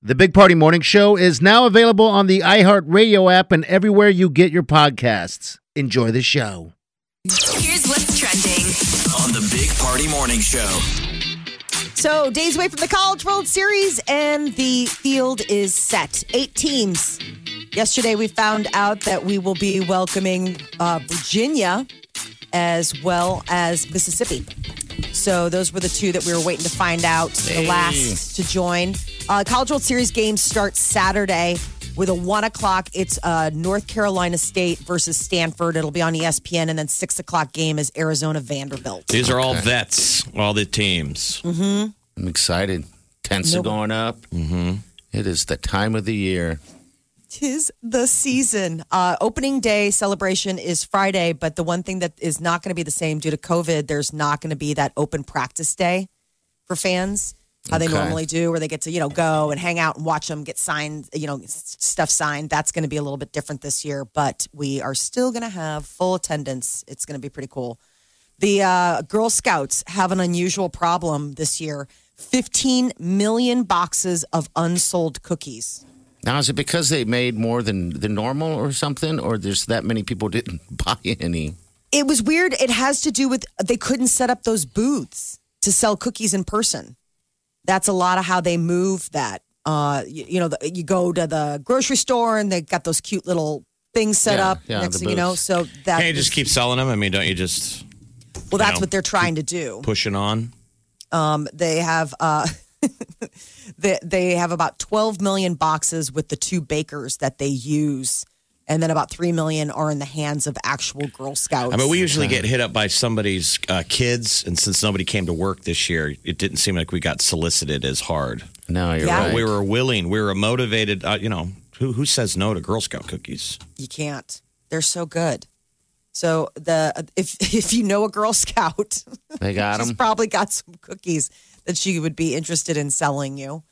The Big Party Morning Show is now available on the iHeartRadio app and everywhere you get your podcasts. Enjoy the show. Here's what's trending on the Big Party Morning Show. So, days away from the College World Series, and the field is set. Eight teams. Yesterday, we found out that we will be welcoming uh, Virginia as well as Mississippi. So, those were the two that we were waiting to find out, the last to join. Uh, College World Series games start Saturday with a one o'clock. It's uh, North Carolina State versus Stanford. It'll be on E ESPN, and then six o'clock game is Arizona Vanderbilt. These are all vets, all the teams. I'm excited. Tents are Nope. going up. Mm-hmm. is the time of the year. Tis the season. Uh, opening day celebration is Friday, but the one thing that is not going to be the same due to COVID, there's not going to be that open practice day for fans. How they Okay. normally do, where they get to you know go and hang out and watch them get signed, you know, s- stuff signed. That's going to be a little bit different this year, but we are still going to have full attendance. It's going to be pretty cool. The uh, Girl Scouts have an unusual problem this year: 15 million boxes of unsold cookies. Now, is it because they made more than the normal or something, or there's that many people didn't buy any? it was weird. It has to do with they couldn't set up those booths to sell cookies in person. That's a lot of how they move that. Uh, you, you know, the, you go to the grocery store and they got those cute little things set Yeah, up. yeah, next the thing you know, booths. so that Can't you just keep selling them? I mean, don't you just well, that's you know, what they're trying to do. pushing on? Um, they have uh, they, they have about 12 million boxes with the two bakers that they use, and then about three million are in the hands of actual Girl Scouts. I mean, we usually get hit up by somebody's uh, kids, and since nobody came to work this year, it didn't seem like we got solicited as hard. No, you're Yeah. right. We were willing, we were motivated. Uh, you know, who who says no to Girl Scout cookies? you can't. They're so good. So the if if you know a Girl Scout, they got she's them. probably got some cookies that she would be interested in selling you.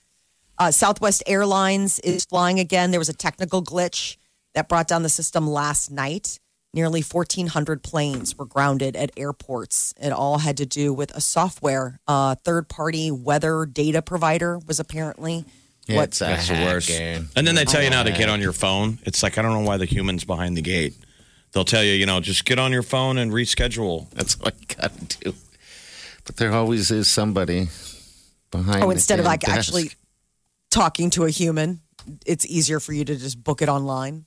Uh, Southwest Airlines is flying again. There was a technical glitch that brought down the system last night. Nearly 1,400 planes were grounded at airports. It all had to do with a software uh, third party weather data provider was apparently what It's a That's the hack, worst. Aaron. And then they tell you now to get on your phone. It's like I don't know why the humans behind the gate. They'll tell you, you know, just get on your phone and reschedule. That's what you got to do. But there always is somebody behind. Oh, the instead of damn like desk. actually talking to a human, it's easier for you to just book it online.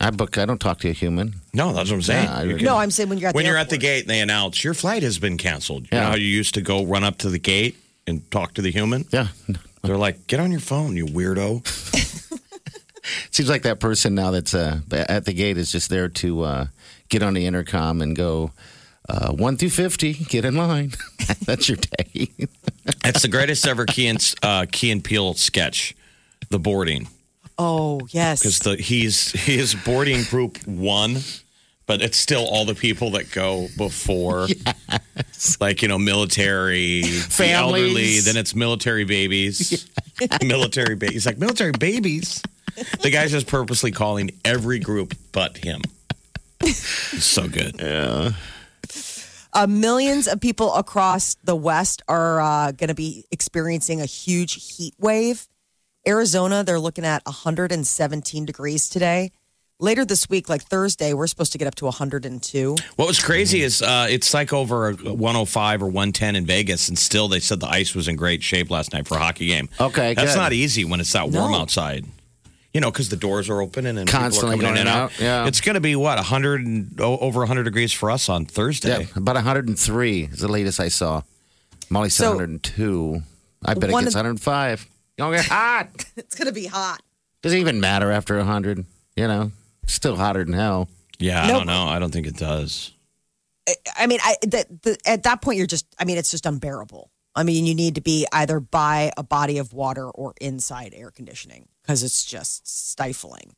I book. I don't talk to a human. No, that's what I'm saying. Yeah, I You agree. No, I'm saying when you're at when the you're at the airport. gate and they announce your flight has been canceled, you know Yeah. how you used to go run up to the gate and talk to the human? Yeah, They're like, get on your phone, you weirdo. seems like that person now that's uh, at the gate is just there to uh, get on the intercom and go uh, one through fifty. Get in line. that's your day. That's the greatest ever Key and, uh, Key and Peel sketch, the boarding. Oh Because yes, the he's he is boarding group one, but it's still all the people that go before. Like, you know, military, the elderly, Families. then it's military babies. military babies. He's like, military babies. The guy's just purposely calling every group but him. It's so good. uh, millions of people across the West are uh, going to be experiencing a huge heat wave. Arizona, they're looking at 117 degrees today. Later this week, like Thursday, we're supposed to get up to 102. What was crazy is uh, it's like over 105 or 110 in Vegas, and still they said the ice was in great shape last night for a hockey game. Okay, that's good. not easy when it's that warm No. outside. You know, because the doors are open and then Constantly people are coming in going and out, yeah. It's going to be what 100 and, o- over 100 degrees for us on Thursday. Yeah, about 103 is the latest I saw. Molly said So- 102. I bet it One gets of- 105. You're gonna get hot. It's going to be hot. Doesn't even matter after 100. You know, still hotter than hell. Yeah, I Nope. don't know. I don't think it does. I mean, I the, the, at that point, you're just. I mean, it's just unbearable. I mean, you need to be either by a body of water or inside air conditioning because it's just stifling.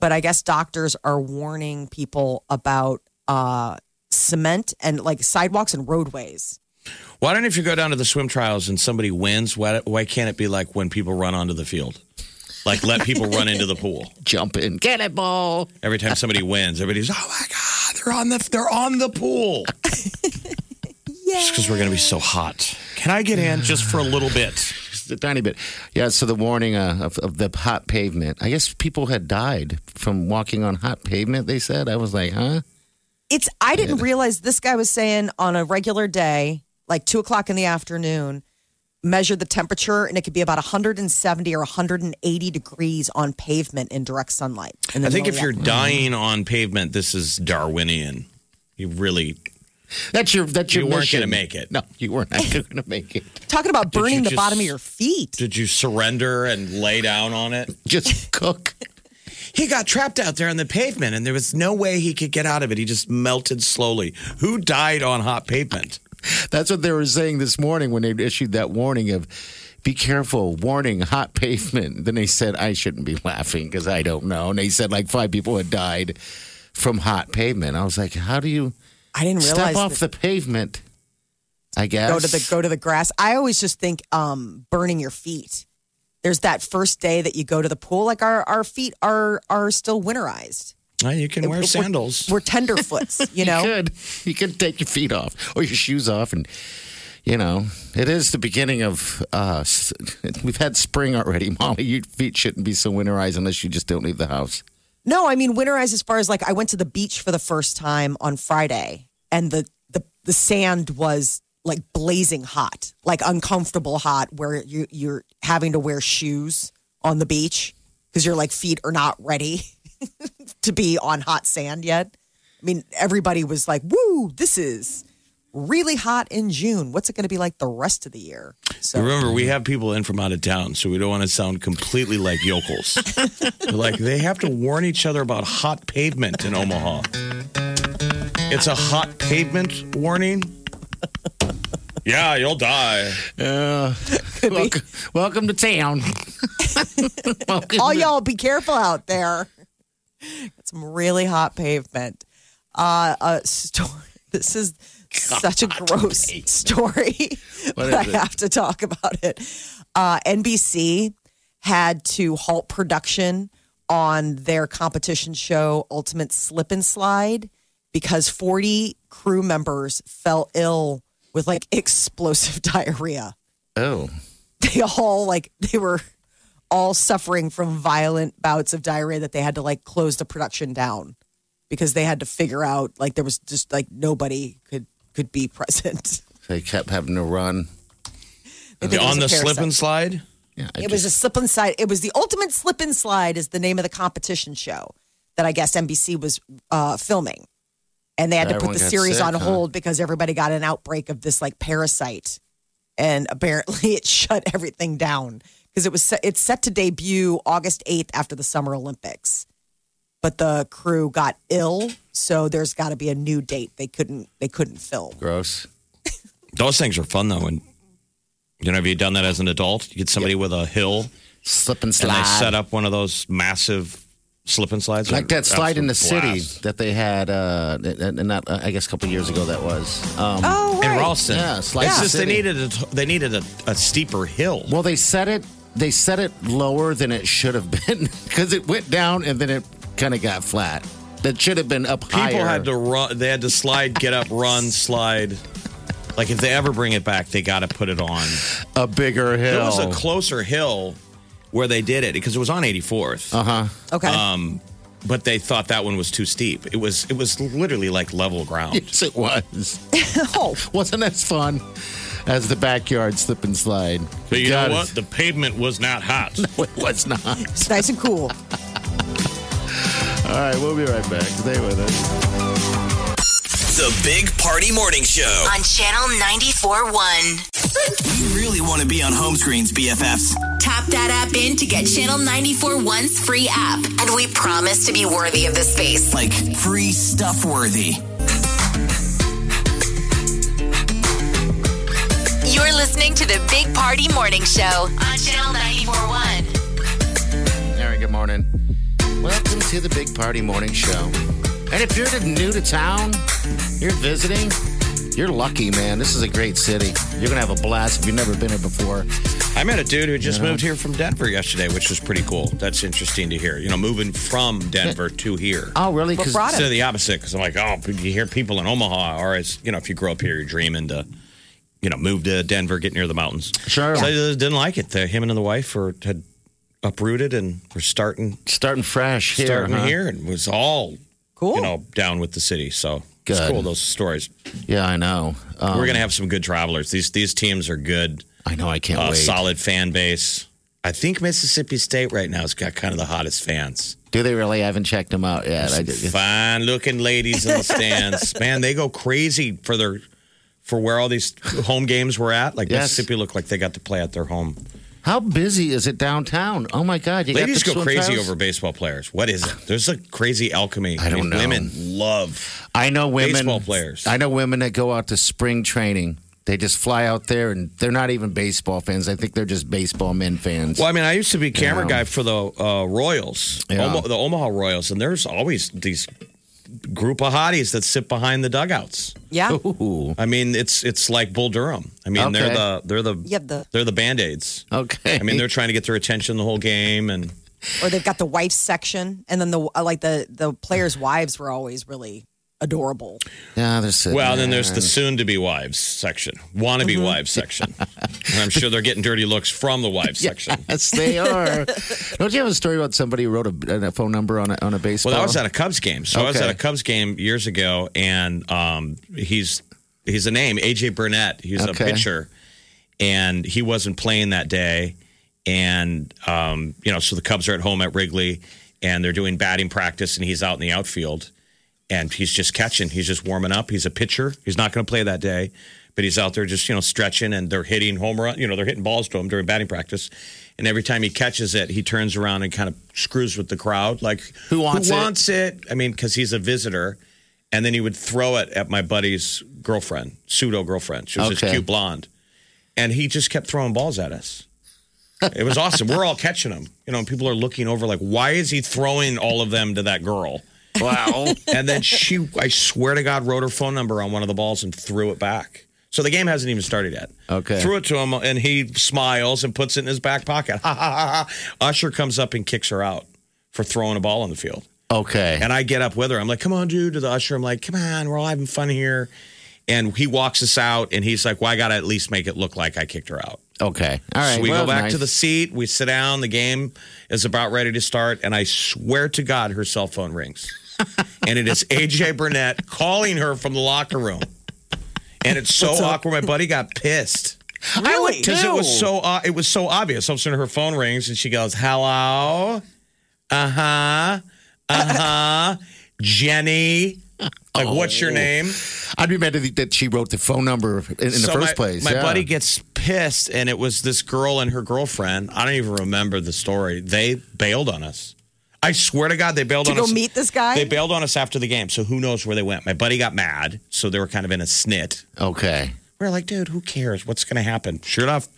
But I guess doctors are warning people about uh, cement and like sidewalks and roadways. Why don't if you go down to the swim trials and somebody wins, why, why can't it be like when people run onto the field? Like let people run into the pool. Jump in, get it, ball. Every time somebody wins, everybody's oh my god, they're on the they're on the pool. Just because we're gonna be so hot. Can I get in just for a little bit? Just a tiny bit. Yeah. So the warning uh, of, of the hot pavement. I guess people had died from walking on hot pavement. They said. I was like, huh? It's I didn't realize this guy was saying on a regular day, like two o'clock in the afternoon, measure the temperature and it could be about 170 or 180 degrees on pavement in direct sunlight. in the I think middle if you're of the dying on pavement, this is Darwinian. You really That's your. That's your. You weren't mission. gonna make it. No, you weren't actually gonna make it. afternoon. talking about you burning the just- bottom of your feet. Did you surrender and lay down on it? Just cook. He got trapped out there on the pavement and there was no way he could get out of it. He just melted slowly. Who died on hot pavement? That's what they were saying this morning when they issued that warning of be careful, warning, hot pavement. Then they said, I shouldn't be laughing because I don't know. And they said like five people had died from hot pavement. I was like, how do you I didn't realize step off that- the pavement? I guess. go to the go to the grass. I always just think um, burning your feet. There's that first day that you go to the pool, like our, our feet are are still winterized. Well, you can wear sandals. We're tenderfoots, you know. You could. You could take your feet off or your shoes off and you know, it is the beginning of uh s- we've had spring already, Molly. Your feet shouldn't be so winterized unless you just don't leave the house. No, I mean winterized as far as like I went to the beach for the first time on Friday and the the, the sand was like blazing hot, like uncomfortable hot where you you're having to wear shoes on the beach because your like feet are not ready to be on hot sand yet. I mean, everybody was like, "Woo, this is really hot in June. What's it going to be like the rest of the year?" So Remember, we have people in from out of town, so we don't want to sound completely like yokels. like they have to warn each other about hot pavement in Omaha. It's a hot pavement warning. Yeah, you'll die. Welcome, welcome to town. Welcome all to- Oh, y'all be careful out there. Got some really hot pavement. Uh, a story. This is such a gross story, but is I it? have to talk about it. Uh, NBC had to halt production on their competition show Ultimate Slip and Slide because 40 crew members fell ill with like explosive diarrhea Oh, they all like they were all suffering from violent bouts of diarrhea that they had to like close the production down because they had to figure out like there was just like nobody could could be present. they kept having to run. They think it was On a the slip parasite. and slide? Yeah, I It was a slip and slide. It was the ultimate slip and slide is the name of the competition show that I guess NBC was uh, filming, and they had to put Everyone the got series sick, on huh? hold because everybody got an outbreak of this like parasite, and apparently it shut everything down because it was set, it's set to debut August eighth after the Summer Olympics, but the crew got ill, so there's got to be a new date. They couldn't they couldn't film. gross. Those things are fun though. And you know, have you done that as an adult? You get somebody with a hill Slip and and slide. they set up one of those massive slip and slides. like that slide in the city Absolute blast. that they had, uh, and not, I guess a couple years ago that was. Um, Oh In right. Ralston. Yeah, slide it's in the just they city. needed a, they needed a, a steeper hill. Well, they set it. They set it lower than it should have been because it went down and then it kind of got flat. That should have been up higher. People had to run. They had to slide, get up, run, slide. Like if they ever bring it back, they got to put it on. a bigger hill. There was a closer hill where they did it because it was on 84th, Okay. um, but they thought that one was too steep. It was it was literally like level ground. yes, it was. oh. Wasn't as fun as the backyard slip and slide. But you God, know what? The pavement was not hot. It was not. It's nice and cool. All right, we'll be right back. Stay with us. The Big Party Morning Show. on Channel 94.1. You really want to be on home screens, BFFs. Tap that app in to get Channel 94.1's free app. And we promise to be worthy of the space. Like free stuff worthy. You're listening listening to the Big Party Morning Show on Channel 941. All right, good morning. Welcome to the Big Party Morning Show. And if you're new to town, you're visiting, you're lucky, man. This is a great city. You're going to have a blast if you've never been here before. I met a dude who just moved here from Denver yesterday, which was pretty cool. That's interesting to hear. You know, moving from Denver to here. Oh, really? What 'Cause- brought Instead him? of the opposite, because I'm like, oh, but you hear people in Omaha, or it's, you know, if you grow up here, you're dreaming to, you know, move to Denver, get near the mountains. Sure. So I just didn't like it. The, him and the wife were, had uprooted and were starting Starting fresh here. uh-huh. starting huh? here and was all Cool. you know down with the city. So it's Good. cool those stories. Yeah, I know. Um, We're gonna have some good travelers. These these teams are good, I know. I can't uh, wait. solid fan base. I think Mississippi State right now has got kind of the hottest fans. Do they really? I haven't checked them out yet. I did. Fine looking ladies in the stands. Man, they go crazy for their for where all these home games were at. Like Yes. Mississippi looked like they got to play at their home. How busy is it downtown? Oh my God! You Ladies got the go Twin crazy Towers? over baseball players. What is it? There's a crazy alchemy. I don't know. Women love. I know women Baseball players. I know women that go out to spring training. They just fly out there, and they're not even baseball fans. I think they're just baseball men fans. Well, I mean, I used to be camera Yeah. guy for the uh, Royals, Yeah. Omo- the Omaha Royals, and there's always these group of hotties that sit behind the dugouts. yeah. Ooh. I mean, it's it's like Bull Durham. I mean, they're Okay. the they're the, You have the- they're the band aids. Okay. I mean, they're trying to get their attention the whole game, and Or they've got the wife section, and then the uh, like the the players' wives were always really adorable. yeah, Mm-hmm. they're sitting well, then there. there's the soon-to-be wives section, wannabe wives section, and I'm sure they're getting dirty looks from the wives section. Yes, they are. Don't you have a story about somebody who wrote a, a phone number on a, on a baseball? Well, I was at a Cubs game. So I was Okay. at a Cubs game years ago, and um, he's he's a name, AJ Burnett. He's a Okay. pitcher, and he wasn't playing that day. And um, you know, so the Cubs are at home at Wrigley, and they're doing batting practice, and he's out in the outfield, and he's just catching. He's just warming up. He's a pitcher. He's not going to play that day. But he's out there just, you know, stretching and they're hitting home run, you know, they're hitting balls to him during batting practice. And every time he catches it, he turns around and kind of screws with the crowd like, Who wants it? who wants it? I mean, because he's a visitor. And then he would throw it at my buddy's girlfriend, pseudo girlfriend. She was this Okay. cute blonde. And he just kept throwing balls at us. It was awesome. We're all catching them. You know, and people are looking over like, why is he throwing all of them to that girl? wow. And then she, I swear to God, wrote her phone number on one of the balls and threw it back. So the game hasn't even started yet. Okay. Threw it to him and he smiles and puts it in his back pocket. Ha ha ha ha. Usher comes up and kicks her out for throwing a ball on the field. Okay. And I get up with her. I'm like, come on, dude, to the usher. I'm like, come on, we're all having fun here. And he walks us out and he's like, well, I got to at least make it look like I kicked her out. okay. All right. so we well, go back nice. to the seat. We sit down. The game is about ready to start. And I swear to God, her cell phone rings. and it is AJ Burnett calling her from the locker room. And it's so awkward. My buddy got pissed. I would Because it too. was so uh, it was so obvious. All of a sudden, her phone rings and she goes, "Hello, uh huh, uh huh, Jenny." Like, what's Oh. your name? I'd be mad that- that she wrote the phone number in, in the So first my, place. my yeah. buddy gets pissed, and it was this girl and her girlfriend. I don't even remember the story. They bailed on us. I swear to God, they bailed To on go us. meet this guy? They bailed on us after the game, so who knows where they went? My buddy got mad, so they were kind of in a snit. Okay. We are like, dude, who cares? What's going to happen? Sure enough,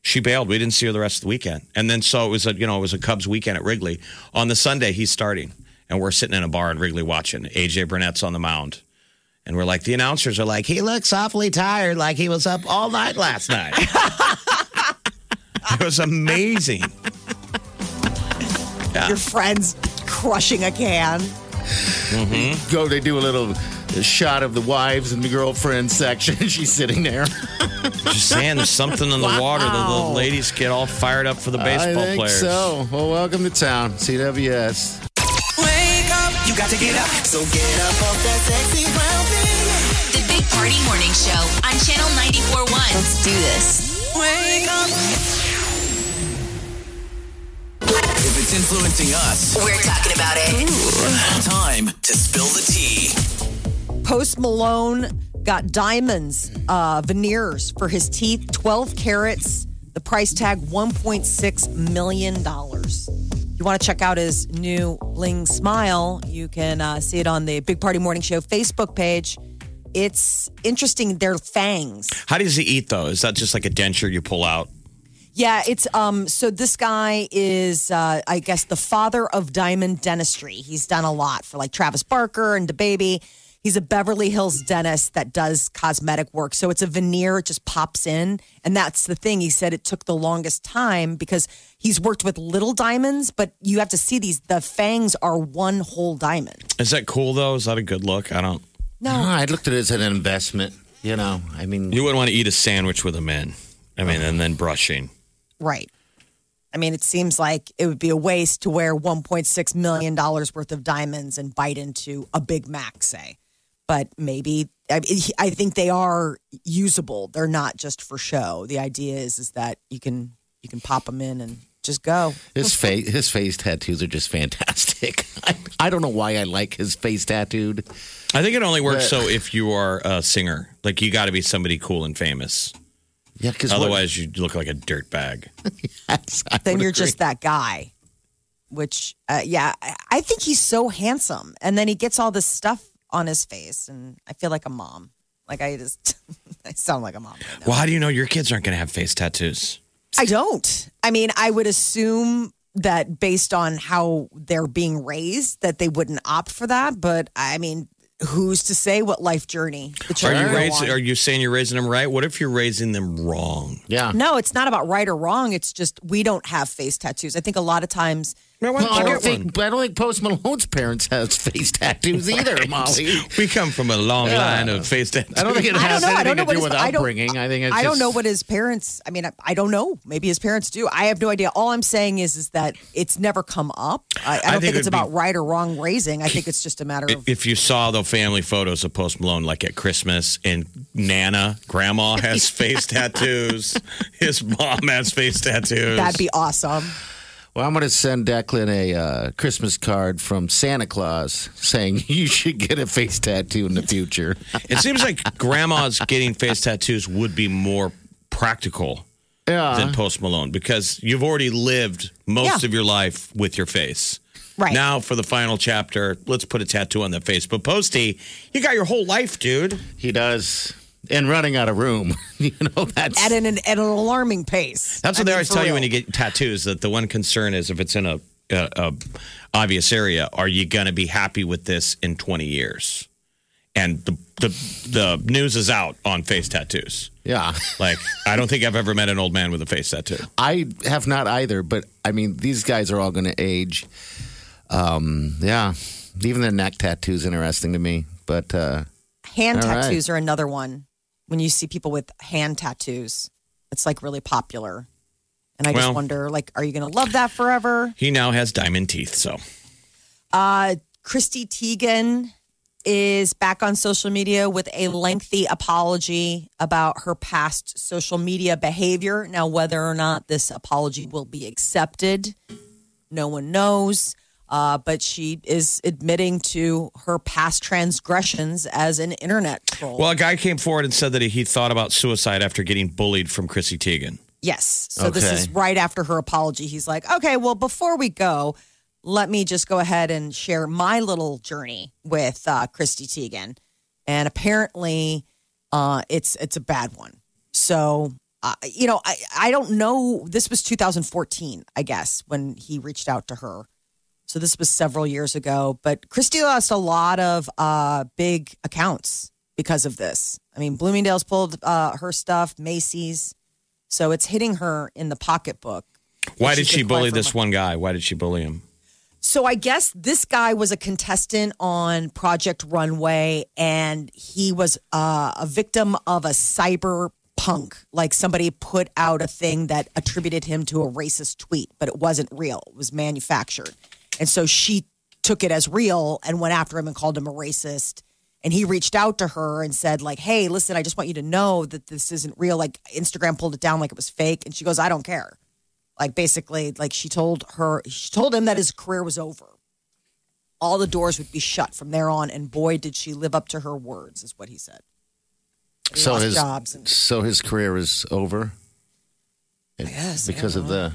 she bailed. We didn't see her the rest of the weekend. And then so it was a you know it was a Cubs weekend at Wrigley. On the Sunday, he's starting, and we're sitting in a bar in Wrigley watching. AJ Burnett's on the mound, and we're like, the announcers are like, he looks awfully tired, like he was up all night last night. it was amazing. Your friends crushing a can. Go. They do a little shot of the wives and the girlfriend section. She's sitting there. Just saying, there's something in the water that the ladies get all fired up for the I baseball think players. so. Well, welcome to town, Oh. CWS. Wake up. You got to get up. So get up off that sexy well-being. The Big Party Morning Show on Channel 941. Let's do this. Wake up. If it's influencing us, We're talking about it. time to spill the tea. Post Malone got diamonds, uh, veneers for his teeth, 12 carats, the price tag $1.6 million. You want to check out his new Bling Smile? You can uh, see it on the Big Party Morning Show Facebook page. it's interesting. They're fangs. How does he eat though? Is that just like a denture you pull out? Yeah, it's um. So this guy is, uh, I guess, the father of diamond dentistry. He's done a lot for like Travis Barker and the baby. He's a Beverly Hills dentist that does cosmetic work. So it's a veneer; it just pops in, and that's the thing. He said it took the longest time because he's worked with little diamonds, but you have to see these. The fangs are one whole diamond. Is that cool though? Is that a good look? I don't. No, Ah, I looked at it as an investment. You know, I mean, You wouldn't want to eat a sandwich with him in. I mean, and then brushing. Right. I mean, it seems like it would be a waste to wear $1.6 million worth of diamonds and bite into a Big Mac, say. But maybe, I, I think they are usable. They're not just for show. The idea is is that you can you can pop them in and just go. his face, his face tattoos are just fantastic. I, I don't know why I like his face tattooed. I think it only works so if you are a singer. Like you got to be somebody cool and famous. Yeah, because Otherwise, you look like a dirt bag. Then you're just that guy. Which, uh, yeah, I, I think he's so handsome, and then he gets all this stuff on his face, and I feel like a mom. Like I just, I sound like a mom. right now. Well, how do you know your kids aren't going to have face tattoos? I don't. I mean, I would assume that based on how they're being raised, that they wouldn't opt for that. But I mean, who's to say what life journey the Are children you go raising? on? Are you saying you're raising them right? What if you're raising them wrong? yeah. no, it's not about right or wrong. It's just we don't have face tattoos. I think a lot of times. No, Well, I don't think I don't think Post Malone's parents has face tattoos either, Molly. We come from a long line of face tattoos. I don't think it I don't has know. I anything don't know to what do his, with I don't, upbringing. I think it's I don't just- know what his parents. I mean, I, I don't know. Maybe his parents do. I have no idea. All I'm saying is, is that it's never come up. I, I don't think think, it it's would be- about right or wrong raising. I think it's just a matter of If you saw the family photos of Post Malone, like at Christmas, and Nana, Grandma has face tattoos, his mom has face tattoos. that'd be awesome. Well, I'm going to send Declan a uh, Christmas card from Santa Claus saying you should get a face tattoo in the future. it seems like grandmas getting face tattoos would be more practical than Post Malone because you've already lived most Yeah. of your life with your face. Right. Now for the final chapter, let's put a tattoo on that face. But Posty, you got your whole life, dude. he does, and running out of room. you know that's at an at an alarming pace. That's what they I mean, always for tell you real. when you get tattoos. That the one concern is if it's in a, a, a obvious area, are you going to be happy with this in twenty years? And the the the news is out on face tattoos. yeah. Like I don't think I've ever met an old man with a face tattoo. I have not either, but I mean these guys are all going to age. Um, yeah, even the neck tattoo's interesting to me, but. Uh, hand All right. tattoos are another one. When you see people with hand tattoos, it's like really popular. And I Well- just wonder, like, are you going to love that forever? He now has diamond teeth, so Uh, Christy Teigen is back on social media with a lengthy apology about her past social media behavior. Now, whether or not this apology will be accepted, no one knows. Uh, but she is admitting to her past transgressions as an internet troll. well, a guy came forward and said that he thought about suicide after getting bullied from Chrissy Teigen. Yes. So this Okay. is right after her apology. He's like, okay, well, before we go, let me just go ahead and share my little journey with uh, Christy Teigen. And apparently, uh, it's it's a bad one. So, uh, you know, I, I don't know. This was 2014, I guess, when he reached out to her. So this was several years ago, but Christy lost a lot of uh, big accounts because of this. I mean, Bloomingdale's pulled uh, her stuff, Macy's. So it's hitting her in the pocketbook. Why She's did she been quiet bully for a this one guy? Why did she bully him? So I guess this guy was a contestant on Project Runway, and he was uh, a victim of a cyber punk. Like somebody put out a thing that attributed him to a racist tweet, but it wasn't real; it was manufactured. And so she took it as real and went after him and called him a racist. And he reached out to her and said, like, "Hey, listen, I just want you to know that this isn't real. Like Instagram pulled it down like it was fake." And she goes, "I don't care." like basically like she told her she told him that his career was over all the doors would be shut from there on and boy did she live up to her words is what he said He so lost his jobs and- so his career is over. I guess, I because of the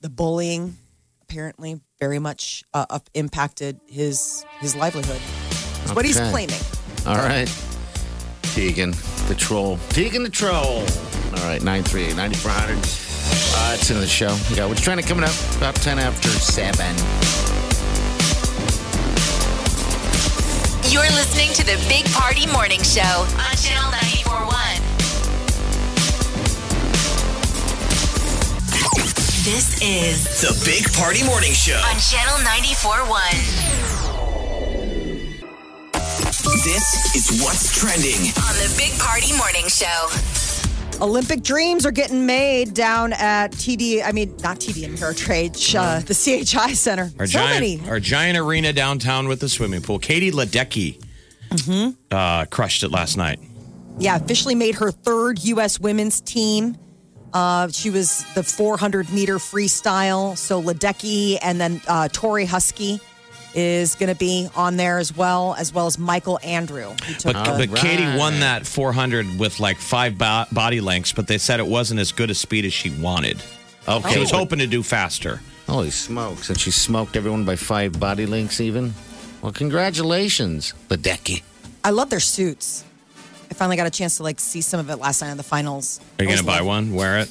the bullying apparently very much uh, up- impacted his his livelihood That's what he's Okay. claiming all right. Tegan the troll. Tegan the troll. All right, 938 9400. Uh, it's in the show. We got what's trending coming up about 10 after 7. You're listening to the Big Party Morning Show on Channel 941. This is The Big Party Morning Show. on Channel 941 This is what's trending. on the Big Party Morning Show. Olympic dreams are getting made down at TD. I mean, not TD Ameritrade, uh, the CHI Center. Our so giant, many. our giant arena downtown with the swimming pool. Katie Ledecky Mm-hmm. uh, crushed it last night. Yeah, officially made her third U.S. women's team. Uh, she was the 400 meter freestyle. So Ledecky and then uh, Tori Husky is going to be on there as well, as well as Michael Andrew. who took But, uh, the- but Katie won that 400 with like five bo- body lengths, but they said it wasn't as good a speed as she wanted. Okay. She Oh. was hoping to do faster. Holy smokes. And she smoked everyone by five body links, even. Well, congratulations, Ledecky. I love their suits. I finally got a chance to like see some of it last night in the finals. Are you going to buy one? Wear it?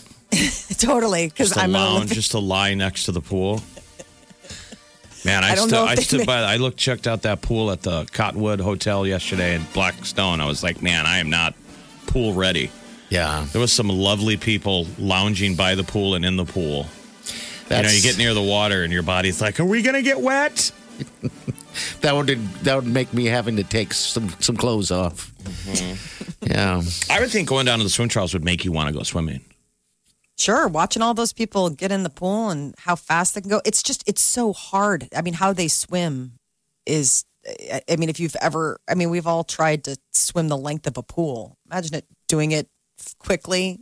Totally, because Just to I'm an lounge, Olympic. just to lie next to the pool. Man, I, I don't still, know if I they stood make- by. I looked, checked out that pool at the Cottonwood Hotel yesterday in Blackstone. I was like, man, I am not pool ready. Yeah. There was some lovely people lounging by the pool and in the pool. You know, you get near the water and your body's like, are we going to get wet? that would that would make me having to take some some clothes off. Yeah, I would think going down to the swim trials would make you want to go swimming. Sure, watching all those people get in the pool and how fast they can go. It's just, it's so hard. I mean, how they swim is, I I mean, if you've ever, I mean, we've all tried to swim the length of a pool. Imagine it doing it quickly,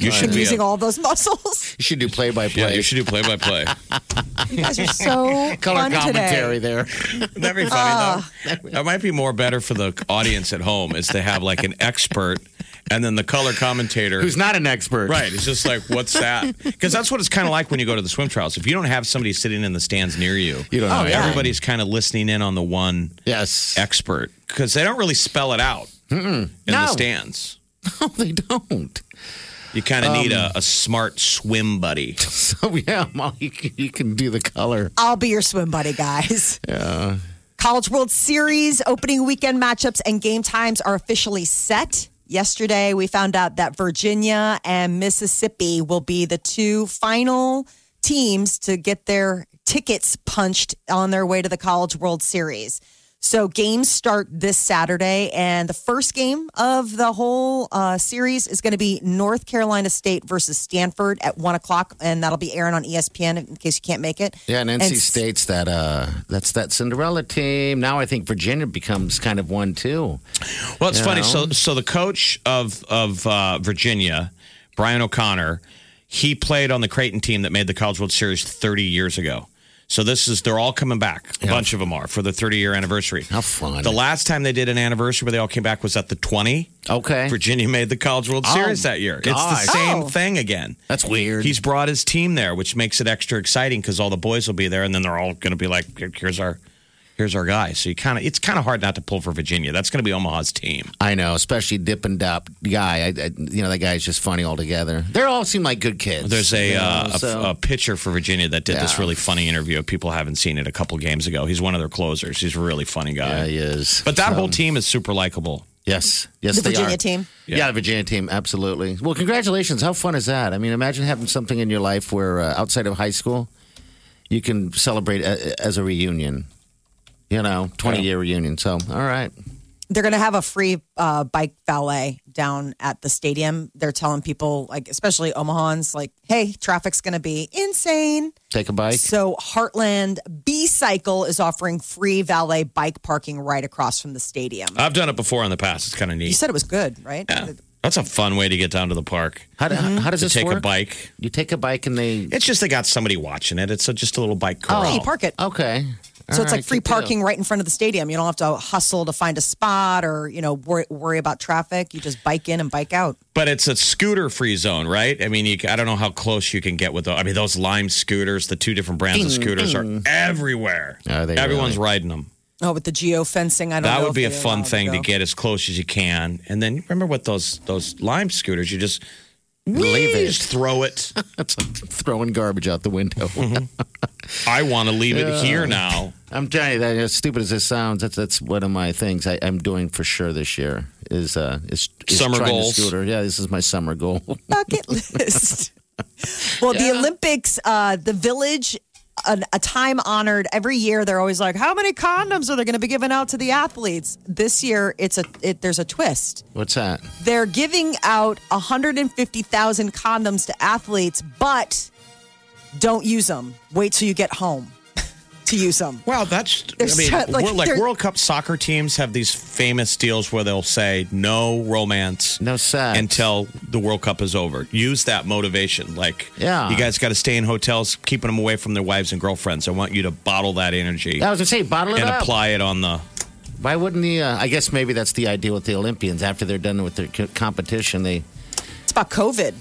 You should be using a- all those muscles. you should do play by yeah, play. you should do play by play. You guys are so color fun today. commentary there. Oh, That'd be funny though. That might be more better for the audience at home is to have like an expert and then the color commentator. Who's not an expert? right. It's just like, what's that? Because that's what it's kind of like when you go to the swim trials. If you don't have somebody sitting in the stands near you, You don't. know. everybody's kind of listening in on the one Yes. expert because they don't really spell it out in the No. stands. No, they don't. You kind Um, of need a, a smart swim buddy. So yeah, Molly, you can, you can do the color. I'll be your swim buddy, guys. Yeah. College World Series opening weekend matchups and game times are officially set. Yesterday, we found out that Virginia and Mississippi will be the two final teams to get their tickets punched on their way to the College World Series. So, games start this Saturday, and the first game of the whole uh, series is going to be North Carolina State versus Stanford at one o'clock, and that'll be airing on E ESPN in case you can't make it. Yeah, and NC s- State's that uh that's that Cinderella team. Now I think Virginia becomes kind of one too. Well, it's You funny. know? So, so the coach of of uh, Virginia, Brian O'Connor, he played on the Creighton team that made the College World Series 30 years ago. So this is they're all coming back. A bunch of them are for the 30 year anniversary. How fun. The last time they did an anniversary where they all came back was at the 20. Okay. Virginia made the College World Oh, Series that year. It's gosh. the same Oh. thing again. That's weird. He's brought his team there, which makes it extra exciting because all the boys will be there, and then they're all going to be like, "Here- "Here's our, here's our guy." So you kind of, it's kind of hard not to pull for Virginia. That's going to be Omaha's team. I know, especially Dip and Dop guy. I, I, you know, that guy's just funny altogether. They all seem like good kids. There's a, you know, uh, a- so- a, pitcher for Virginia that did this Yeah. really funny interview. People haven't seen it a couple games ago. He's one of their closers. He's a really funny yeah, guy. he is. But that whole team is super likable. Yes, yes, The they Virginia are. team? Yeah. the Virginia team, absolutely. Well, congratulations! How fun is that? I mean, imagine having something in your life where uh, outside of high school, you can celebrate a, as a reunion. You know, twenty-year reunion. So, all right, they're going to have a free uh, bike valet down at the stadium. They're telling people, like especially Omahans, like, "Hey, traffic's going to be insane." take a bike. So Heartland B Cycle is offering free valet bike parking right across from the stadium. I've done it before in the past. It's kind of you neat. said it was good, right? That's a fun way to get down to the park. How, do, mm-hmm. how does To this take work? a bike. You take a bike and they. It's just they got somebody watching it. It's a, just a little bike Yeah, corral. Oh, you park it. Okay. So All it's right, like free good deal. parking right in front of the stadium. You don't have to hustle to find a spot or, you know, worry, worry about traffic. You just bike in and bike out. But it's a scooter free zone, right? I mean, you, I don't know how close you can get with. The, I mean, those Lime scooters, the two different brands of scooters are everywhere. Are they Everyone's riding them. Oh, with the geo fencing, I don't. That know would if be a they fun allowed thing to go. get as close as you can. And then remember what those those lime scooters, you just Leave you it. just throw it. That's like throwing garbage out the window. Mm-hmm. I want to leave it here now. I'm telling you, that as stupid as this sounds, that's that's one of my things I, I'm doing for sure this year is uh is, is Summer trying to goals. Scooter. Yeah, this is my summer goal. bucket list. well, the Olympics, uh, the village, an, a time honored every year. They're always like, how many condoms are they going to be giving out to the athletes? This year, it's a it, there's a twist. What's that? They're giving out 150,000 condoms to athletes, but don't use them. Wait till you get home to use them. Wow, that's I There's mean, so- like, we're- like, there- World Cup soccer teams have these famous deals where they'll say no romance, No sex. until the World Cup is over. Use that motivation. Like, Yeah. you guys got to stay in hotels, keeping them away from their wives and girlfriends. I want you to bottle that energy I was gonna say bottle it and up. apply it on the. Why wouldn't the? Uh, I guess maybe that's the idea with the Olympians. After they're done with their co- competition, they It's about COVID.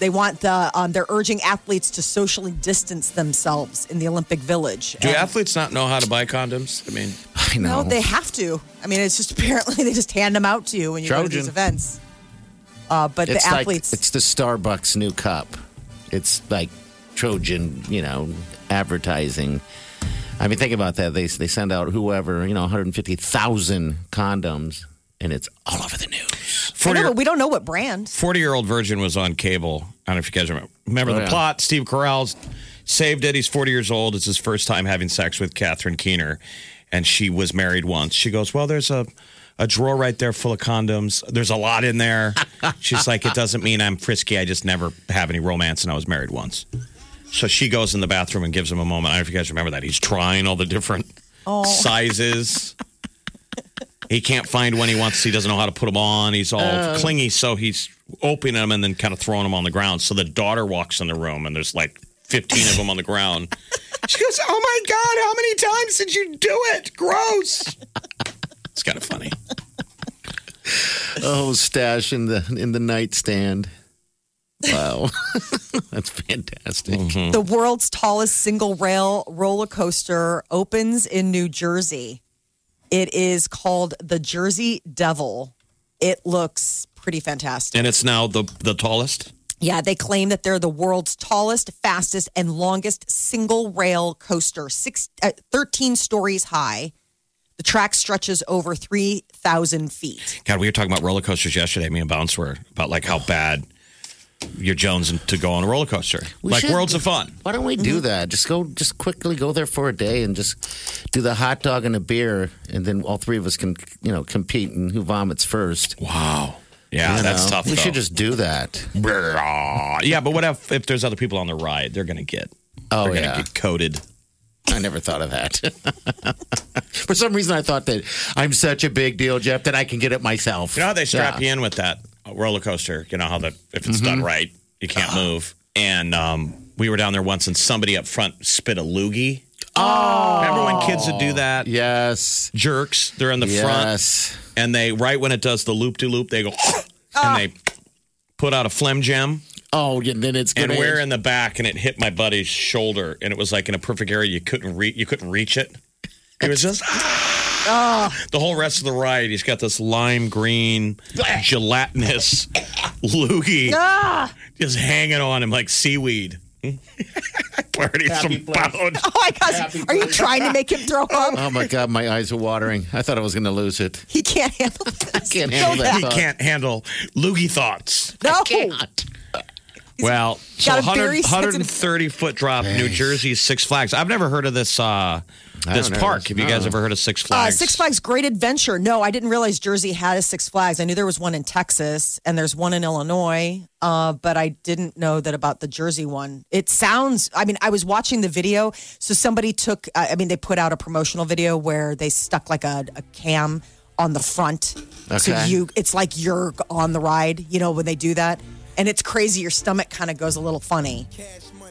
They want the um, they're urging athletes to socially distance themselves in the Olympic Village. Do And- athletes not know how to buy condoms? I mean, I know No, they have to. I mean, it's just apparently they just hand them out to you when you go to Trojan. these events. Uh, but it's the like athletes, it's the Starbucks new cup. It's like Trojan, you know, advertising. I mean, think about that. They they send out whoever you know 150,000 condoms, and it's all over the news. I 40 know, but we don't know what brand. 40 year old virgin was on cable. I don't know if you guys remember, remember Oh, the yeah. plot. Steve Carell's saved it. He's 40 years old. It's his first time having sex with Catherine Keener, and she was married once. She goes, Well, there's a, a drawer right there full of condoms. There's a lot in there. She's like, It doesn't mean I'm frisky. I just never have any romance, and I was married once. So she goes in the bathroom and gives him a moment. I don't know if you guys remember that. He's trying all the different sizes. He can't find one he wants. He doesn't know how to put them on. He's all Oh. clingy, so he's opening them and then kind of throwing them on the ground. So the daughter walks in the room, and there's like 15 of them on the ground. She goes, "Oh my god, how many times did you do it? Gross." It's kind of funny. Oh, stash in the in the nightstand. Wow, that's fantastic. The world's tallest single rail roller coaster opens in New Jersey. It is called the Jersey Devil. It looks pretty fantastic. And it's now the the tallest. Yeah, they claim that they're the world's tallest, fastest, and longest single rail coaster, six, uh, 13 stories high. The track stretches over 3,000 feet. God, we were talking about roller coasters yesterday. Me and Bounce were about like how bad you're Jones to go on a roller coaster. We like should- worlds of fun. Why don't we Mm-hmm. do that? Just go, just quickly go there for a day and just do the hot dog and a beer, and then all three of us can, you know, compete and who vomits first. Wow. Yeah, You that's know? tough. We though. should just do that. yeah, but what if, if there's other people on the ride? They're going to get Oh, they're yeah. going to get coated. I never thought of that. for some reason, I thought that I'm such a big deal, Jeff, that I can get it myself. You know how they strap you in with that roller coaster? You know how that if it's Mm-hmm. done right, you can't Uh-huh. move. And um, we were down there once, and somebody up front spit a loogie. Oh, remember when kids would do that? Yes. Jerks, they're in the front, Yes. and they right when it does the loop de loop, they go Ah. and they put out a phlegm gem. Oh, and then it's good. and we're in the back, and it hit my buddy's shoulder, and it was like in a perfect area. You couldn't reach. You couldn't reach it. It was just ah, the whole rest of the ride. He's got this lime green, gelatinous loogie Ah! just hanging on him like seaweed. Party some pound. Oh my gosh, are you trying to make him throw up? Oh my God, my eyes are watering. I thought I was going to lose it. He can't handle this. Can't handle that. He thought. can't handle loogie thoughts. No. Well, so Gotta 100, bury sensitive- 130 foot drop, New Jersey's Six Flags. I've never heard of this uh, I this don't know. park. Have you guys ever heard of Six Uh, Flags? Six Flags Great Adventure. No, I didn't realize Jersey had a Six Flags. I knew there was one in Texas and there's one in Illinois, uh, but I didn't know that about the Jersey one. It sounds, I mean, I was watching the video. So somebody took, uh, I I mean, they put out a promotional video where they stuck like a, a cam on the front. So Okay. you, it's like you're on the ride, you know, when they do that. And it's crazy. Your stomach kind of goes a little funny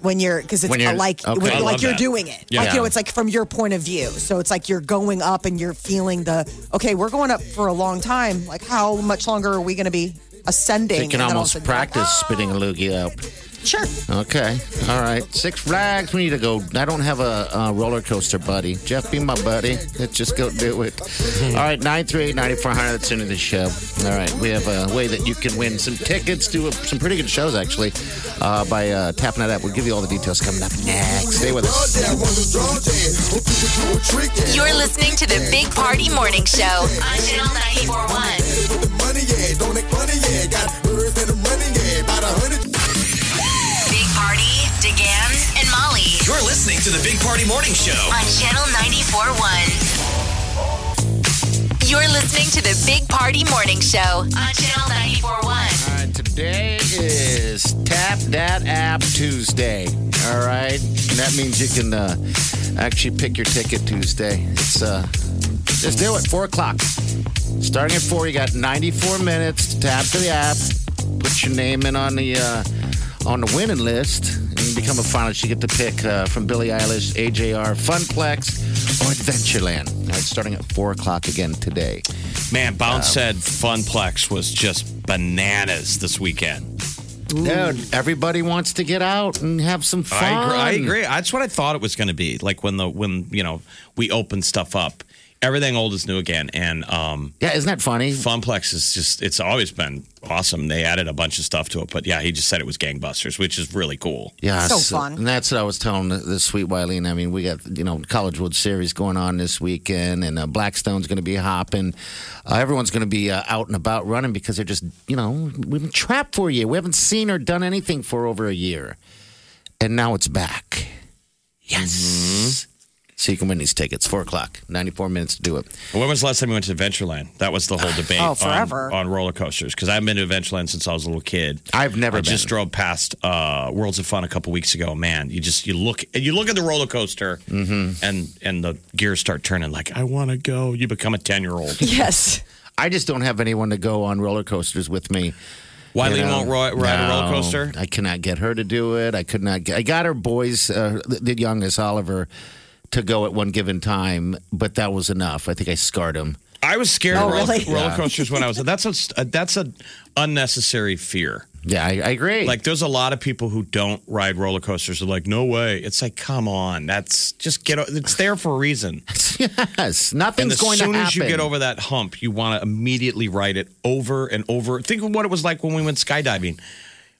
when you're, because it's When you're- like, okay. when- I like love you're that. doing it. Yeah. Like, you know, it's like from your point of view. So it's like you're going up and you're feeling the, okay, we're going up for a long time. Like, how much longer are we going to be ascending? You can And then all of almost a sudden you're like, practice spitting a loogie out. ah! Sure. Okay. All right. Six Flags. We need to go. I don't have a, uh roller coaster buddy. Jeff, be my buddy. Let's just go do it. All right. 938 9400. That's the end of the show. All right. We have a way that you can win some tickets to a, some pretty good shows, actually, uh, by uh, tapping that up. We'll give you all the details coming up next. Stay with us. You're listening to the Big Party Morning Show on Channel 941. Big Party, DeGan, and Molly You're listening to the Big Party Morning Show. on Channel 941. You're listening to the Big Party Morning Show on Channel 941. All right, Uh, today is Tap That App Tuesday. All right, and that means you can uh, actually pick your ticket Tuesday. It's uh, just do it. Four o'clock. Starting at four, you got 94 minutes to tap to the app, put your name in on the uh, on the winning list, and you become a finalist. You get to pick uh, from Billie Eilish, AJR, Funplex, or Adventureland. All right, starting at four o'clock again today. Man, Bounce said Funplex was just bananas this weekend. Dude, everybody wants to get out and have some fun. I agree, I agree. That's what I thought it was going to be. Like when the when you know we open stuff up, everything old is new again, and um, Yeah, isn't that funny? Funplex is just it's always been awesome. They added a bunch of stuff to it, but yeah, he just said it was gangbusters, which is really cool. Yeah, So fun. And that's what I was telling the, the sweet Wileen. I mean, we got you know College World Series going on this weekend, and uh, Blackstone's going to be hopping. Uh, everyone's going to be uh, out and about running because they're just you know we've been trapped for a year. We haven't seen or done anything for over a year, and now it's back. Yes. Mm-hmm. So you can win these tickets. Four o'clock, ninety-four minutes to do it. When was the last time you went to Adventureland? That was the whole debate. Oh, on- forever. on, roller coasters because I've been to Adventureland since I was a little kid. I've never I just been. drove past uh, Worlds of Fun a couple weeks ago. Man, you just you look you look at the roller coaster Mm-hmm. and and the gears start turning. Like I want to go. You become a ten year old. Yes. I just don't have anyone to go on roller coasters with me. Wiley You know? won't ri- ride a roller No, coaster. Um, I cannot get her to do it. I could not. Get, I got her boys, uh, the, the youngest Oliver, to go at one given time, but that was enough. I think I scarred him. I was scared Oh, of roller, really? roller coasters when I was. That's a that's a unnecessary fear. Yeah, I, I agree. Like there's a lot of people who don't ride roller coasters. They're like, no way. It's like, come on. That's just get. o- It's there for a reason. yes, And nothing's as going soon to happen. as you get over that hump, you want to immediately ride it over and over. Think of what it was like when we went skydiving.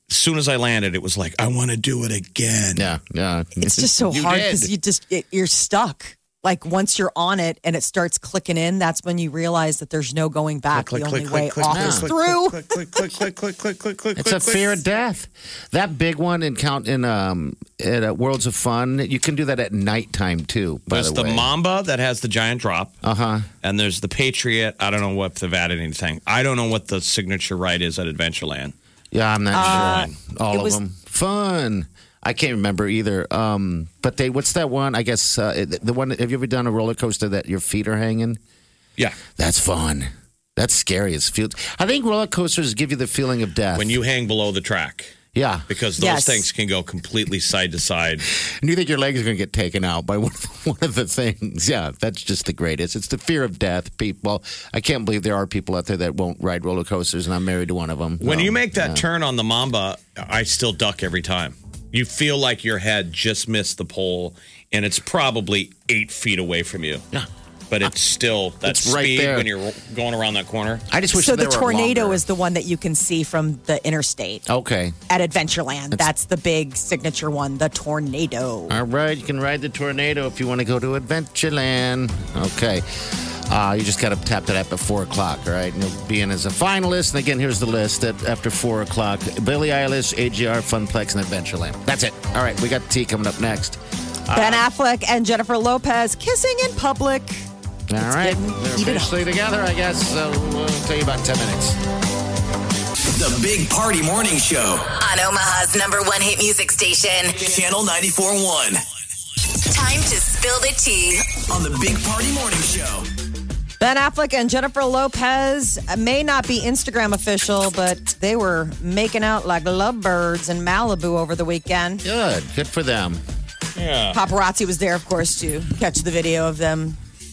As soon as I landed, it was like, I want to do it again. yeah, yeah, It's just so You hard did. because you just it, you're stuck. Like once you're on it and it starts clicking in, that's when you realize that there's no going back. the only way off is through. click, click, click, click, click, click, click, click. It's a click, fear of death. That big one in count in um at uh, Worlds of Fun. You can do that at nighttime too. By There's the the way, Uh-huh. Mamba that has the giant drop. Uh huh. And there's the Patriot. I don't know what they've added anything. I don't know what the signature ride is at Adventureland. Yeah, I'm not sure. Uh, All it of was- them. Fun. I can't remember either. Um, but they, what's that one? I guess uh, it- the one. Have you ever done a roller coaster that your feet are hanging? Yeah. That's fun. That's scary as feels. I think roller coasters give you the feeling of death. When you hang below the track, yeah, because those Yes. things can go completely side to side. and you think your legs are going to get taken out by one of, the, one of the things. Yeah, that's just the greatest. It's the fear of death, people. I can't believe there are people out there that won't ride roller coasters, and I'm married to one of them. When you make that turn on the Mamba, I still duck every time. You feel like your head just missed the pole, and it's probably eight feet away from you. Yeah. But it's still that It's speed right there. when you're going around that corner. I just wish So the they were tornado longer. is the one that you can see from the interstate okay. at Adventureland. That's the big signature one, the tornado. All right, you can ride the tornado if you want to go to Adventureland. Okay. Uh, you just got to tap that up at 4 o'clock, all right? And you'll be in as a finalist. And again, here's the list at, after 4 o'clock Billie Eilish, AGR, Funplex, and Adventureland. That's it. All right, we got tea coming up next. ben Affleck and Jennifer Lopez kissing in public. All right. getting They're heated up. officially together, I guess. So we'll tell you about 10 minutes. The Big Party Morning Show. On Omaha's number one hit music station, Channel 94.1. time to spill the tea. On the Big Party Morning Show. Ben Affleck and Jennifer Lopez may not be Instagram official, but they were making out like lovebirds in Malibu over the weekend. Good. Good for them. Paparazzi was there, of course, to catch the video of them.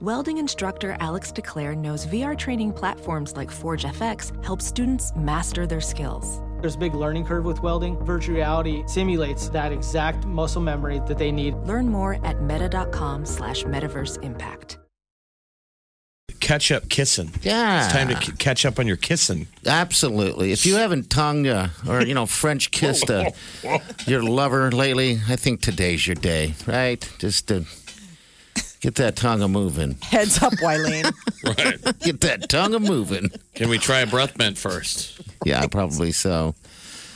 Welding instructor Alex DeClaire knows VR training platforms like Forge FX help students master their skills. There's a big learning curve with welding. Virtual reality simulates that exact muscle memory that they need. Learn more at meta.com slash metaverse impact. Catch up kissing. Yeah. It's time to c- catch up on your kissing. Absolutely. If you haven't tongued uh, or you know French kissed uh, your lover lately, I think today's your day, right? Just to get that tongue a moving. Heads up, Wileen. Right. Get that tongue a moving. Can we try a breath mint first? Yeah, probably so.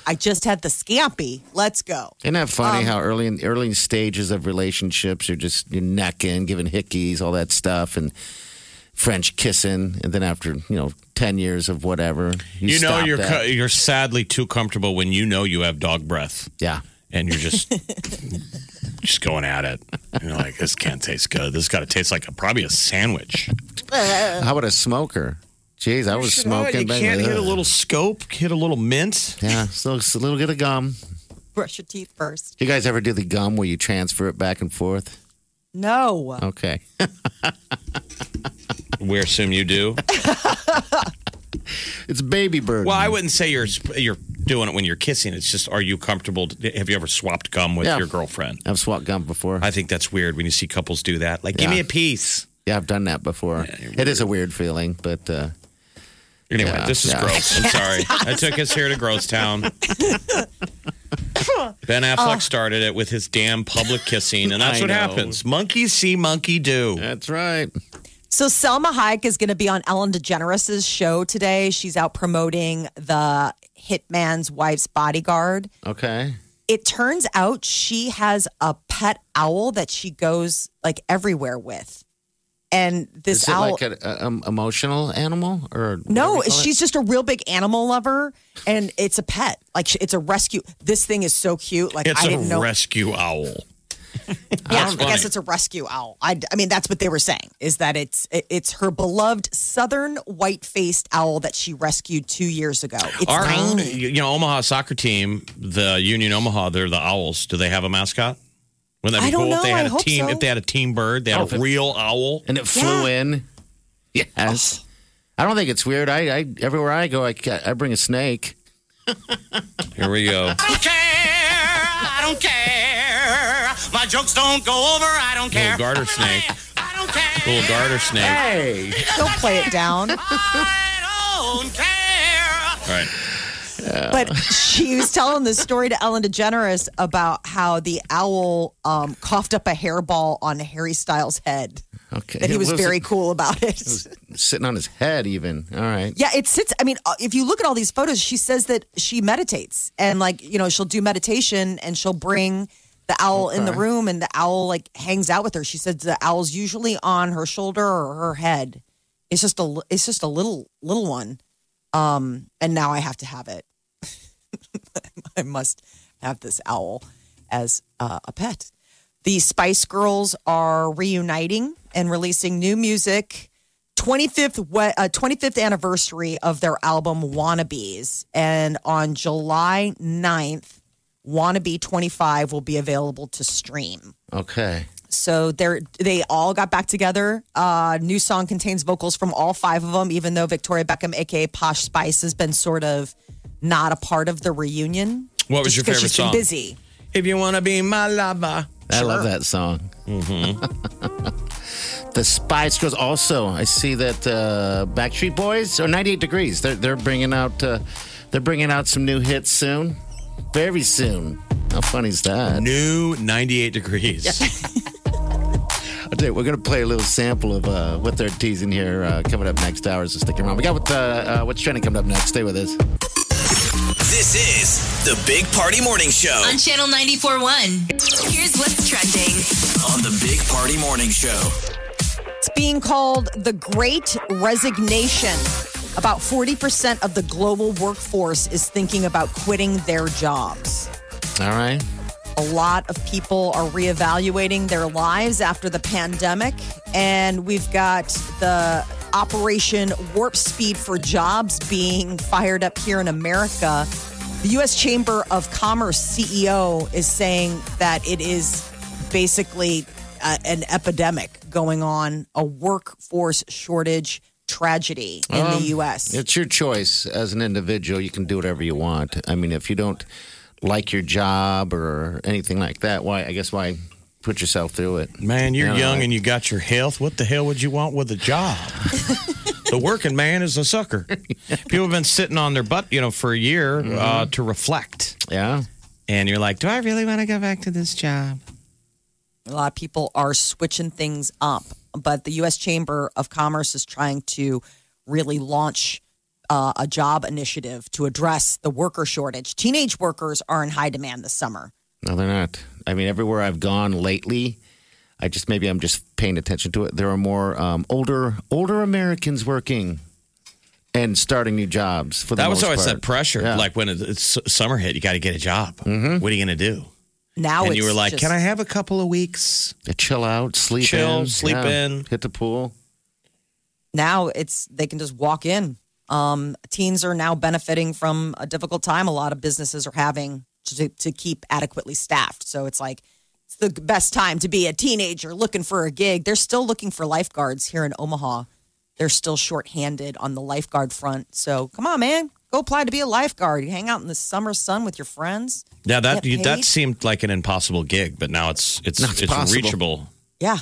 I just had the scampi. Let's go. Isn't that Um, funny how early in early stages of relationships you're just you're necking, giving hickeys, all that stuff, and French kissing, and then after you know ten years of whatever, you, You, know stop you're that. co- you're sadly too comfortable when you know you have dog breath yeah. and you're just just going at it. You're like, this can't taste good. This got to taste like a, probably a sandwich. How about a smoker? Jeez, I was smoking. You back- can't hit a Ugh. little scope. Hit a little mint. Yeah, so it's a little bit of gum. Brush your teeth first. You guys ever do the gum where you transfer it back and forth? No. Okay. Where assume you do. It's baby bird. Well, I wouldn't say you're sp- you're doing it when you're kissing. It's just, are you comfortable? to- have you ever swapped gum with Yeah. your girlfriend? I've swat gum before. I think that's weird when you see couples do that. Like, give me Yeah. a piece. yeah, I've done that before. it is a weird feeling, but uh, Anyway, Yeah, this is yeah. gross. I'm sorry. I took us here to Gross Town. ben Affleck Oh. started it with his damn public kissing, and that's I what know. happens. Monkey see, monkey do. that's right. So Selma Hayek is going to be on Ellen DeGeneres' show today. She's out promoting the hitman's wife's bodyguard. Okay. It turns out she has a pet owl that she goes like everywhere with. And this Is it owl like an uh, um, emotional animal or No, whatever you call she's just a real big animal lover, and it's a pet. Like it's a rescue. This thing is so cute. Like It's I a didn't know. rescue owl. yeah, That's I guess funny. it's a rescue owl. I, I mean, that's what they were saying is that it's it's her beloved southern white faced owl that she rescued two years ago. It's Our, tiny. you know, Omaha soccer team, the Union Omaha, they're the Owls. Do they have a mascot? Wouldn't that be I don't cool if they know. had I a hope team? so. Oh, If they had a team bird, they had a real owl. and it flew in. Yes. I don't think it's weird. I, I everywhere I go, I, ca- I bring a snake. Here we go. I don't care. My jokes don't go over. I don't care. Little garter snake. I don't care. Little garter snake. Hey, All Don't play it down. I don't care. right. but she was telling this story to Ellen DeGeneres about how the owl um, coughed up a hairball on Harry Styles' head. okay. That he It was very cool about it. sitting on his head. Even all right. Yeah, it sits. I mean, uh, if you look at all these photos, she says that she meditates and, like, you know, she'll do meditation and she'll bring the owl in the room and the owl, like, hangs out with her. She says the owl's usually on her shoulder or her head. It's just a, li- it's just a little, little one. Um, and now I have to have it. I must have this owl as uh, a pet. The Spice Girls are reuniting and releasing new music. 25th we- uh, 25th anniversary of their album Wannabes, and on July 9th, Wannabe 25 will be available to stream. Okay. So they're they all got back together. Uh, new song contains vocals from all five of them, even though Victoria Beckham, aka Posh Spice, has been sort of not a part of the reunion. What was Just your because favorite she's been song? Busy. If you want to be my lover. I love that song. the Spice Girls. Also, I see that uh, Backstreet Boys or 98 Degrees. They're they're bringing out uh, they're bringing out some new hits soon, very soon. How funny is that? New 98 degrees. I'll tell you, we're gonna play a little sample of uh, what they're teasing here uh, coming up next hour. So stick around. We got what, uh, uh, what's trending coming up next. Stay with us. This is the Big Party Morning Show On Channel 94.1. Here's what's trending. on the Big Party Morning Show. It's being called the Great Resignation. About 40% of the global workforce is thinking about quitting their jobs. All right. A lot of people are reevaluating their lives after the pandemic. And we've got the Operation Warp Speed for Jobs being fired up here in America. The U.S. Chamber of Commerce CEO is saying that it is basically uh, an epidemic going on, a workforce shortage tragedy in Um, the U.S. It's your choice as an individual. You can do whatever you want. I mean, if you don't like your job or anything like that, why? I guess why put yourself through it? Man, you're Yeah. young and you got your health. What the hell would you want with a job? the working man is a sucker. People have been sitting on their butt, you know, for a year uh, Mm-hmm. to reflect. Yeah. And you're like, do I really want to go back to this job? A lot of people are switching things up, but the U.S. Chamber of Commerce is trying to really launch uh, a job initiative to address the worker shortage. Teenage workers are in high demand this summer. No, they're not. I mean, everywhere I've gone lately, I just maybe I'm just paying attention to it. There are more um, older older Americans working and starting new jobs. For the That was most always part. that pressure. Yeah. Mm-hmm. Like when it's it's summer hit, you got to get a job. What are you going to do? Oh, Now, and you it's were like, just- can I have a couple of weeks? chill out, sleep Chill, in, sleep in. hit the pool. now it's they can just walk in. Um, teens are now benefiting from a difficult time. A lot of businesses are having to, to keep adequately staffed. So it's like it's the best time to be a teenager looking for a gig. They're still looking for lifeguards here in Omaha. They're still shorthanded on the lifeguard front. So come on, man, go apply to be a lifeguard. You hang out in the summer sun with your friends. Yeah, that Get you, that paid? seemed like an impossible gig, but now it's it's Now it's it's possible. reachable. Yeah.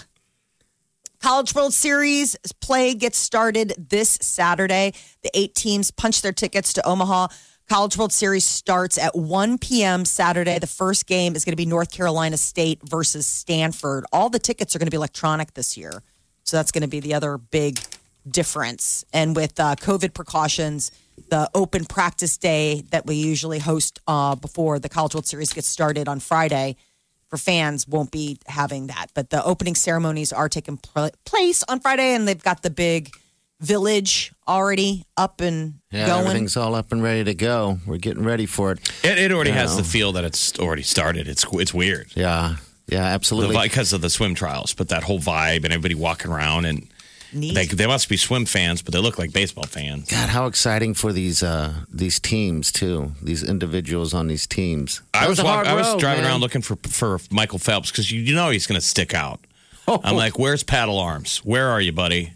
College World Series play gets started this Saturday. The eight teams punch their tickets to Omaha. College World Series starts at 1 p.m. Saturday. The first game is going to be North Carolina State versus Stanford. All the tickets are going to be electronic this year. So that's going to be the other big difference. And with uh, COVID precautions, the open practice day that we usually host uh, before the College World Series gets started on Friday for fans won't be having that. But the opening ceremonies are taking pl- place on Friday, and they've got the big village already up and Yeah, going. everything's all up and ready to go. We're getting ready for it. It, it already You has know. the feel that it's already started. It's it's weird. Yeah, yeah, The absolutely. vi- because of the swim trials, but that whole vibe and everybody walking around and Neat. they they must be swim fans, but they look like baseball fans. God, how exciting for these uh, these teams too. These individuals on these teams. I That was a walk, hard I was road, driving man. around looking for for Michael Phelps because you, you know he's going to stick out. Oh. I'm like, where's paddle arms? Where are you, buddy?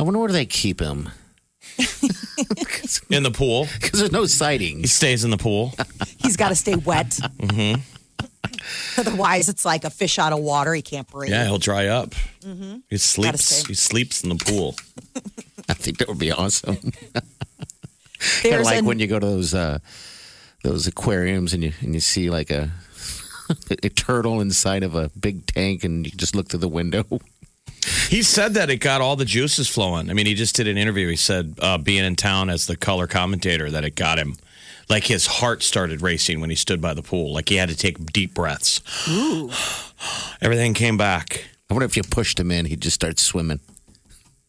I wonder where do they keep him because In the pool. there's no He sightings. stays in the pool. He's got to stay wet. Mm-hmm. Otherwise, it's like a fish out of water. He can't breathe. Yeah, he'll dry up. Mm-hmm. He sleeps. stay. He sleeps in the pool. I think that would be awesome. Kind of There's like an- when you go to those uh, those aquariums and you and you see like a a turtle inside of a big tank and you just look through the window. He said that it got all the juices flowing. I mean, he just did an interview. He said uh, being in town as the color commentator that it got him. Like his heart started racing when he stood by the pool. Like he had to take deep breaths. Everything came back. I wonder if you pushed him in, he'd just start swimming.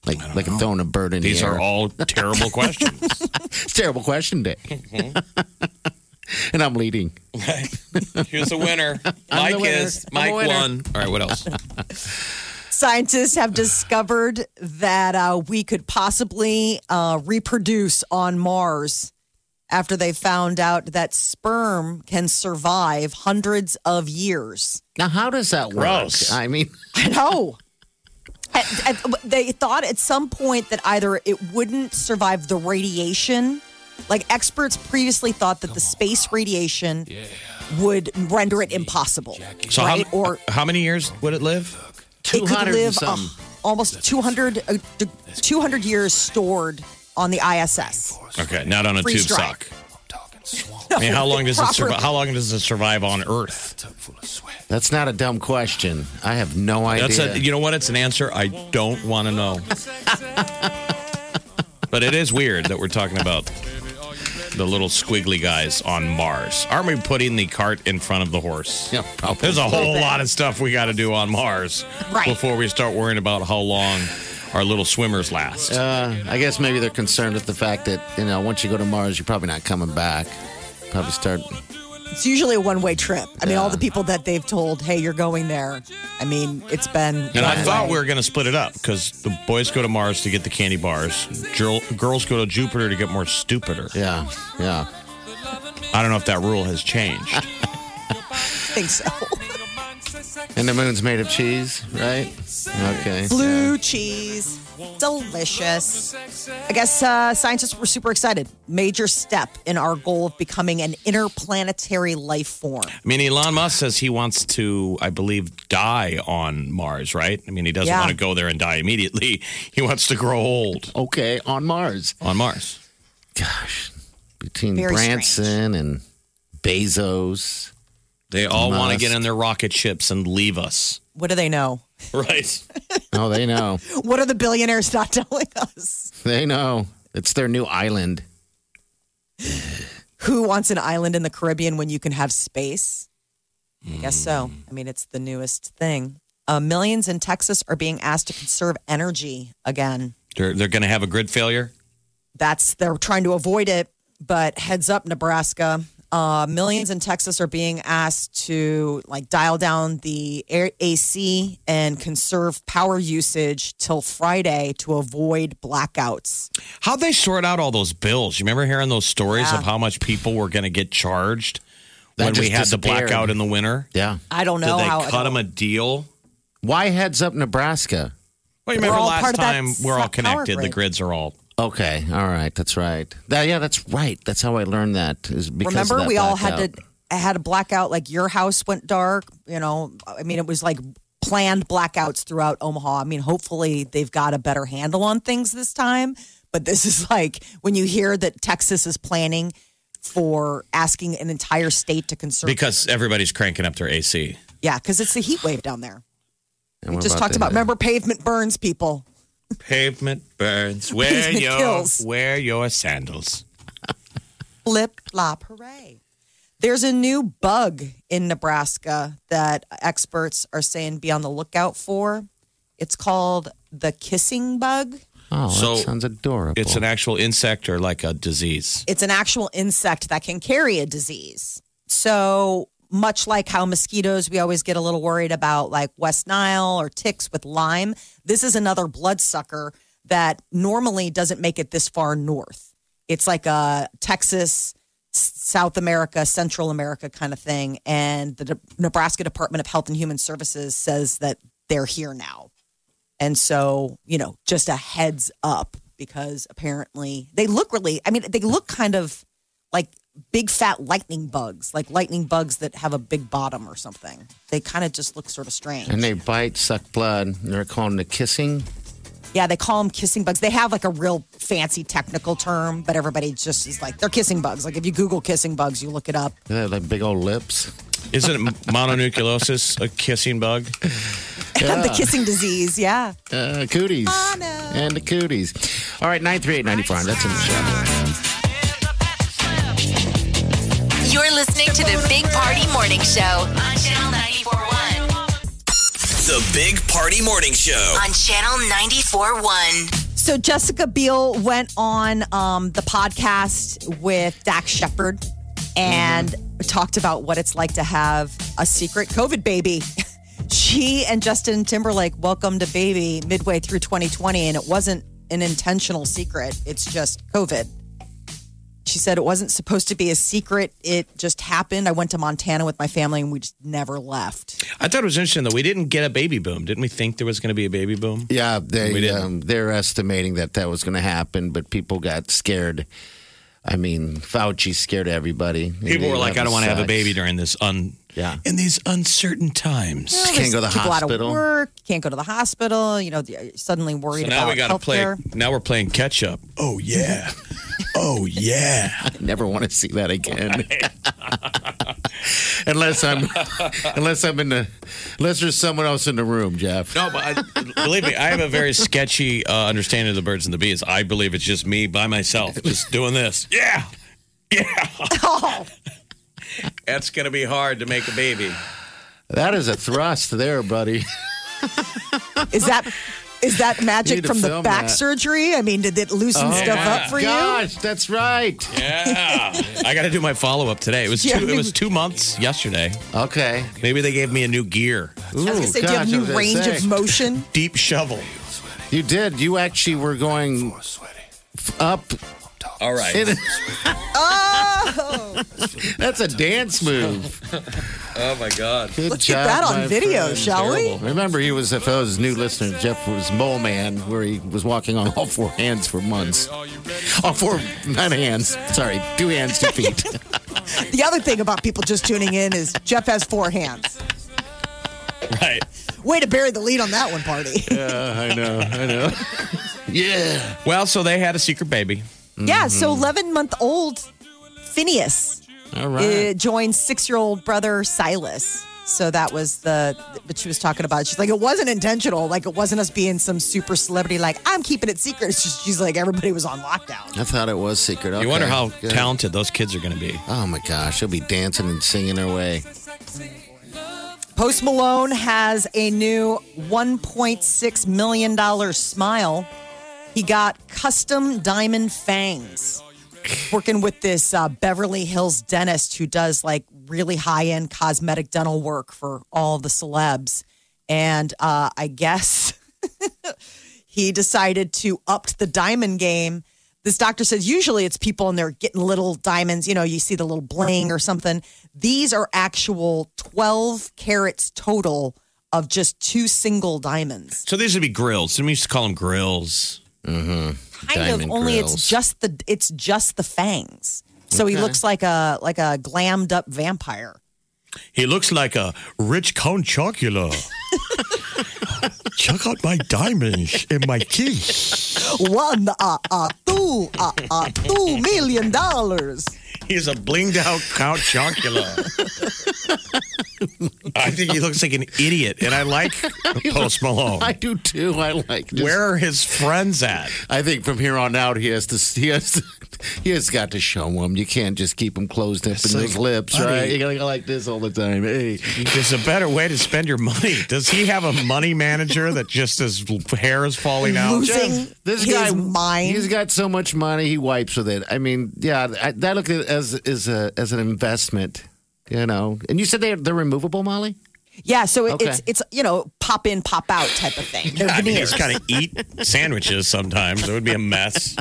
Like like throwing a bird in These the air. are all terrible questions. It's terrible question day. and I'm leading. He was a winner. I'm Mike the winner. is. I'm a Mike winner. won. All right, what else? Scientists have discovered that uh, we could possibly uh, reproduce on Mars after they found out that sperm can survive hundreds of years. Now, how does that work? Gross. I mean, No. I- I- they thought at some point that either it wouldn't survive the radiation. Like experts previously thought that the space radiation would render it impossible. So right? how, or how many years would it live? it could 200 and live uh, something. almost 200, uh, d- 200 years stored on the ISS. Okay, not on a Freeze tube dried. sock. I mean, how long does it survive? How long does it survive on Earth? that's not a dumb question. I have no idea. That's a, you know what? It's an answer I don't want to know. but it is weird that we're talking about the little squiggly guys on Mars. Aren't we putting the cart in front of the horse? Yeah, probably. There's a whole lot of stuff we got to do on Mars Right. before we start worrying about how long our little swimmers last. Uh, I guess maybe they're concerned with the fact that you know once you go to Mars, you're probably not coming back. Probably start. It's usually a one way trip. I mean, all the people that they've told, hey, you're going there. I mean, it's been. And I thought we were going to split it up because the boys go to Mars to get the candy bars, girl, girls go to Jupiter to get more stupider. Yeah, yeah. I don't know if that rule has changed. think so. And the moon's made of cheese, right? Okay. Blue cheese. Delicious. I guess uh, scientists were super excited. Major step in our goal of becoming an interplanetary life form. I mean, Elon Musk says he wants to, I believe, die on Mars, right? I mean, he doesn't Yeah. want to go there and die immediately. He wants to grow old Okay, on Mars. on Mars. Gosh, between Very Branson and Bezos, They all want to Musk. get in their rocket ships and leave us, What do they know? right? oh, they know, What are the billionaires not telling us? they know. It's their new island. Who wants an island in the Caribbean when you can have space? I guess so. I mean, it's the newest thing. Uh, millions in Texas are being asked to conserve energy again. They're, they're going to have a grid failure. that's they're trying to avoid it. But heads up, Nebraska. Uh, millions in Texas are being asked to like dial down the air, AC and conserve power usage till Friday to avoid blackouts. How'd they sort out all those bills? You remember hearing those stories Yeah. of how much people were going to get charged That when we had just the disappeared. blackout in the winter? Yeah. I don't know Did they how. cut them a deal? Why heads up Nebraska? Well, you remember all last part of that time s- we're all power connected. The grid. grids are all. Okay, all right, that's right. That, yeah, that's right. That's how I learned that. Is because of remember that we all blackout. had to I had a blackout. Like your house went dark. You know, I mean, it was like planned blackouts throughout Omaha. I mean, hopefully they've got a better handle on things this time. But this is like when you hear that Texas is planning for asking an entire state to conserve. Because everybody's cranking up their AC. yeah, because it's the heat wave down there. And We what just talked the- about. Remember, pavement burns people. Pavement burns. Wear Pavement your kills. wear your sandals. Flip flop, hooray. There's a new bug in Nebraska that experts are saying be on the lookout for. It's called the kissing bug. Oh, that So, sounds adorable. It's an actual insect or like a disease. It's an actual insect that can carry a disease. So, much like how mosquitoes, we always get a little worried about like West Nile or ticks with Lyme, this is another bloodsucker that normally doesn't make it this far north. It's like a Texas, S- South America, Central America kind of thing. And the De- Nebraska Department of Health and Human Services says that they're here now. And so, you know, just a heads up because apparently they look really, I mean, they look kind of like big fat lightning bugs, like lightning bugs that have a big bottom or something. They kind of just look sort of strange. and they bite, suck blood. They're calling the kissing. yeah, they call them kissing bugs. They have like a real fancy technical term, but everybody just is like, they're kissing bugs. Like if you Google kissing bugs, you look it up. They have like big old lips. Isn't mononucleosis a kissing bug? the kissing disease. Yeah. Uh, cooties. And the cooties. All right, 93895. That's in the show. You're listening to the Big Party Morning Show on Channel 941. The Big Party Morning Show. On Channel 941. So Jessica Biel went on um, the podcast with Dax Shepard and Mm-hmm. talked about what it's like to have a secret COVID baby. she and Justin Timberlake welcomed a baby midway through 2020, and it wasn't an intentional secret. It's just COVID. She said it wasn't supposed to be a secret. It just happened. I went to Montana with my family, and we just never left. I thought it was interesting though. We didn't get a baby boom. Didn't we think there was going to be a baby boom? Yeah, We they, didn't. um, they're estimating that that was going to happen, but people got scared. I mean, Fauci scared everybody. People were like, "I don't want to have a Sucks. baby during this un Yeah. in these uncertain times." Just can't go to the People out of hospital. work, can't go to the hospital. You know, you're suddenly worried So now about we got to play. healthcare. Now we're playing catch up. Oh yeah, oh yeah. Never want to see that again. unless I'm, unless I'm in the, unless there's someone else in the room, Jeff. No, but I, believe me, I have a very sketchy uh, understanding of the birds and the bees. I believe it's just me by myself, just doing this. Yeah, yeah. That's gonna be hard to make a baby. That is a thrust there, buddy. Is that Is that Need magic to from the film back that. surgery? I mean, did it loosen Oh, stuff yeah. up for you? Gosh, that's right. Yeah. I got to do my follow up today. It was two, it was two months yesterday. Okay. Maybe they gave me a new gear, I was gonna say, do you have Ooh, gosh, I new was gonna range of say. motion? deep shovel. You did. You actually were going f- up. All right. in- Oh, that's a dance move. oh my god. Good let's job, get that my on video, friend. shall we? Remember, he was, for those new listeners, Jeff was Mole Man, where he was walking on all four hands for months. All four, not hands, sorry, two hands, two feet. The other thing about people just tuning in is Jeff has four hands. Right. Way to bury the lead on that one, party. I know, I know. Yeah. Well, so they had a secret baby. Yeah, so Mm-hmm. 11 month old Phineas All uh, right. joined six year old brother Silas. So that was the, but she was talking about. She's like, it wasn't intentional. Like, it wasn't us being some super celebrity, like, I'm keeping it secret. It's just, she's like, everybody was on lockdown. I thought it was secret. Okay. You wonder how Good. talented those kids are going to be. Oh my gosh, she'll be dancing and singing her way. Post Malone has a new $1.6 million smile. He got custom diamond fangs. Working with this uh, Beverly Hills dentist who does like really high end cosmetic dental work for all the celebs. And uh, I guess he decided to upped the diamond game. This doctor says usually it's people and they're getting little diamonds. You know, you see the little bling or something. These are actual 12 carats total of just two single diamonds. So these would be grills. Didn't we used to call them grills? Kind Diamond of, only grills. it's just the it's just the fangs. So he looks like a like a glammed up vampire. He looks like a rich Count Chocula. Check out my diamonds in my teeth. One uh uh two uh uh two million dollars. He's a blinged out Count Chocula. I think he looks like an idiot, and I like Post Malone. I do too. I like. just- Where are his friends at? I think from here on out, he has to. He has. To, he has got to show them. You can't just keep them closed up in like, those lips, buddy. right? You gotta go like this all the time. Hey, There's a better way to spend your money. Does he have a money manager that just his hair is falling out? Losing this his guy, mind. he's got so much money, he wipes with it. I mean, yeah, I, that look at- as is a as an investment, you know. And you said they're they're removable, Molly. Yeah, so it, Okay. it's it's you know pop in pop out type of thing. They're I mean, veneers. he's kind of eat sandwiches sometimes. It would be a mess.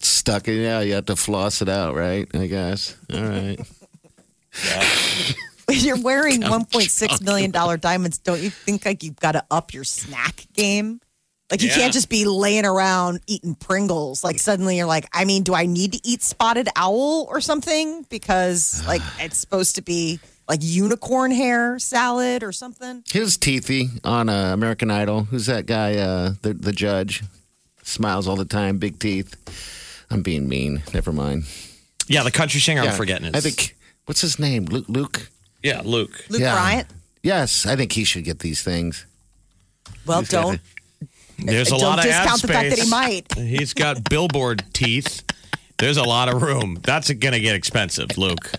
Stuck in. Yeah, you have to floss it out, right? I guess. All right. You're wearing 1.6 million dollar diamonds. Don't you think like you've got to up your snack game? Like you Yeah. can't just be laying around eating Pringles. Like suddenly you're like, I mean, do I need to eat spotted owl or something? Because like it's supposed to be like unicorn hair salad or something. His teethy on uh, American Idol. Who's that guy? Uh, the the judge smiles all the time, big teeth. I'm being mean. Never mind. Yeah, the country singer. Yeah, I'm forgetting it. I think what's his name? Luke. Luke. Yeah, Luke. Luke Yeah. Bryant. Yes, I think he should get these things. Well, He's got don't There's a don't lot of ad discount the fact that he space. might. He's got billboard teeth. There's a lot of room. That's gonna get expensive, Luke.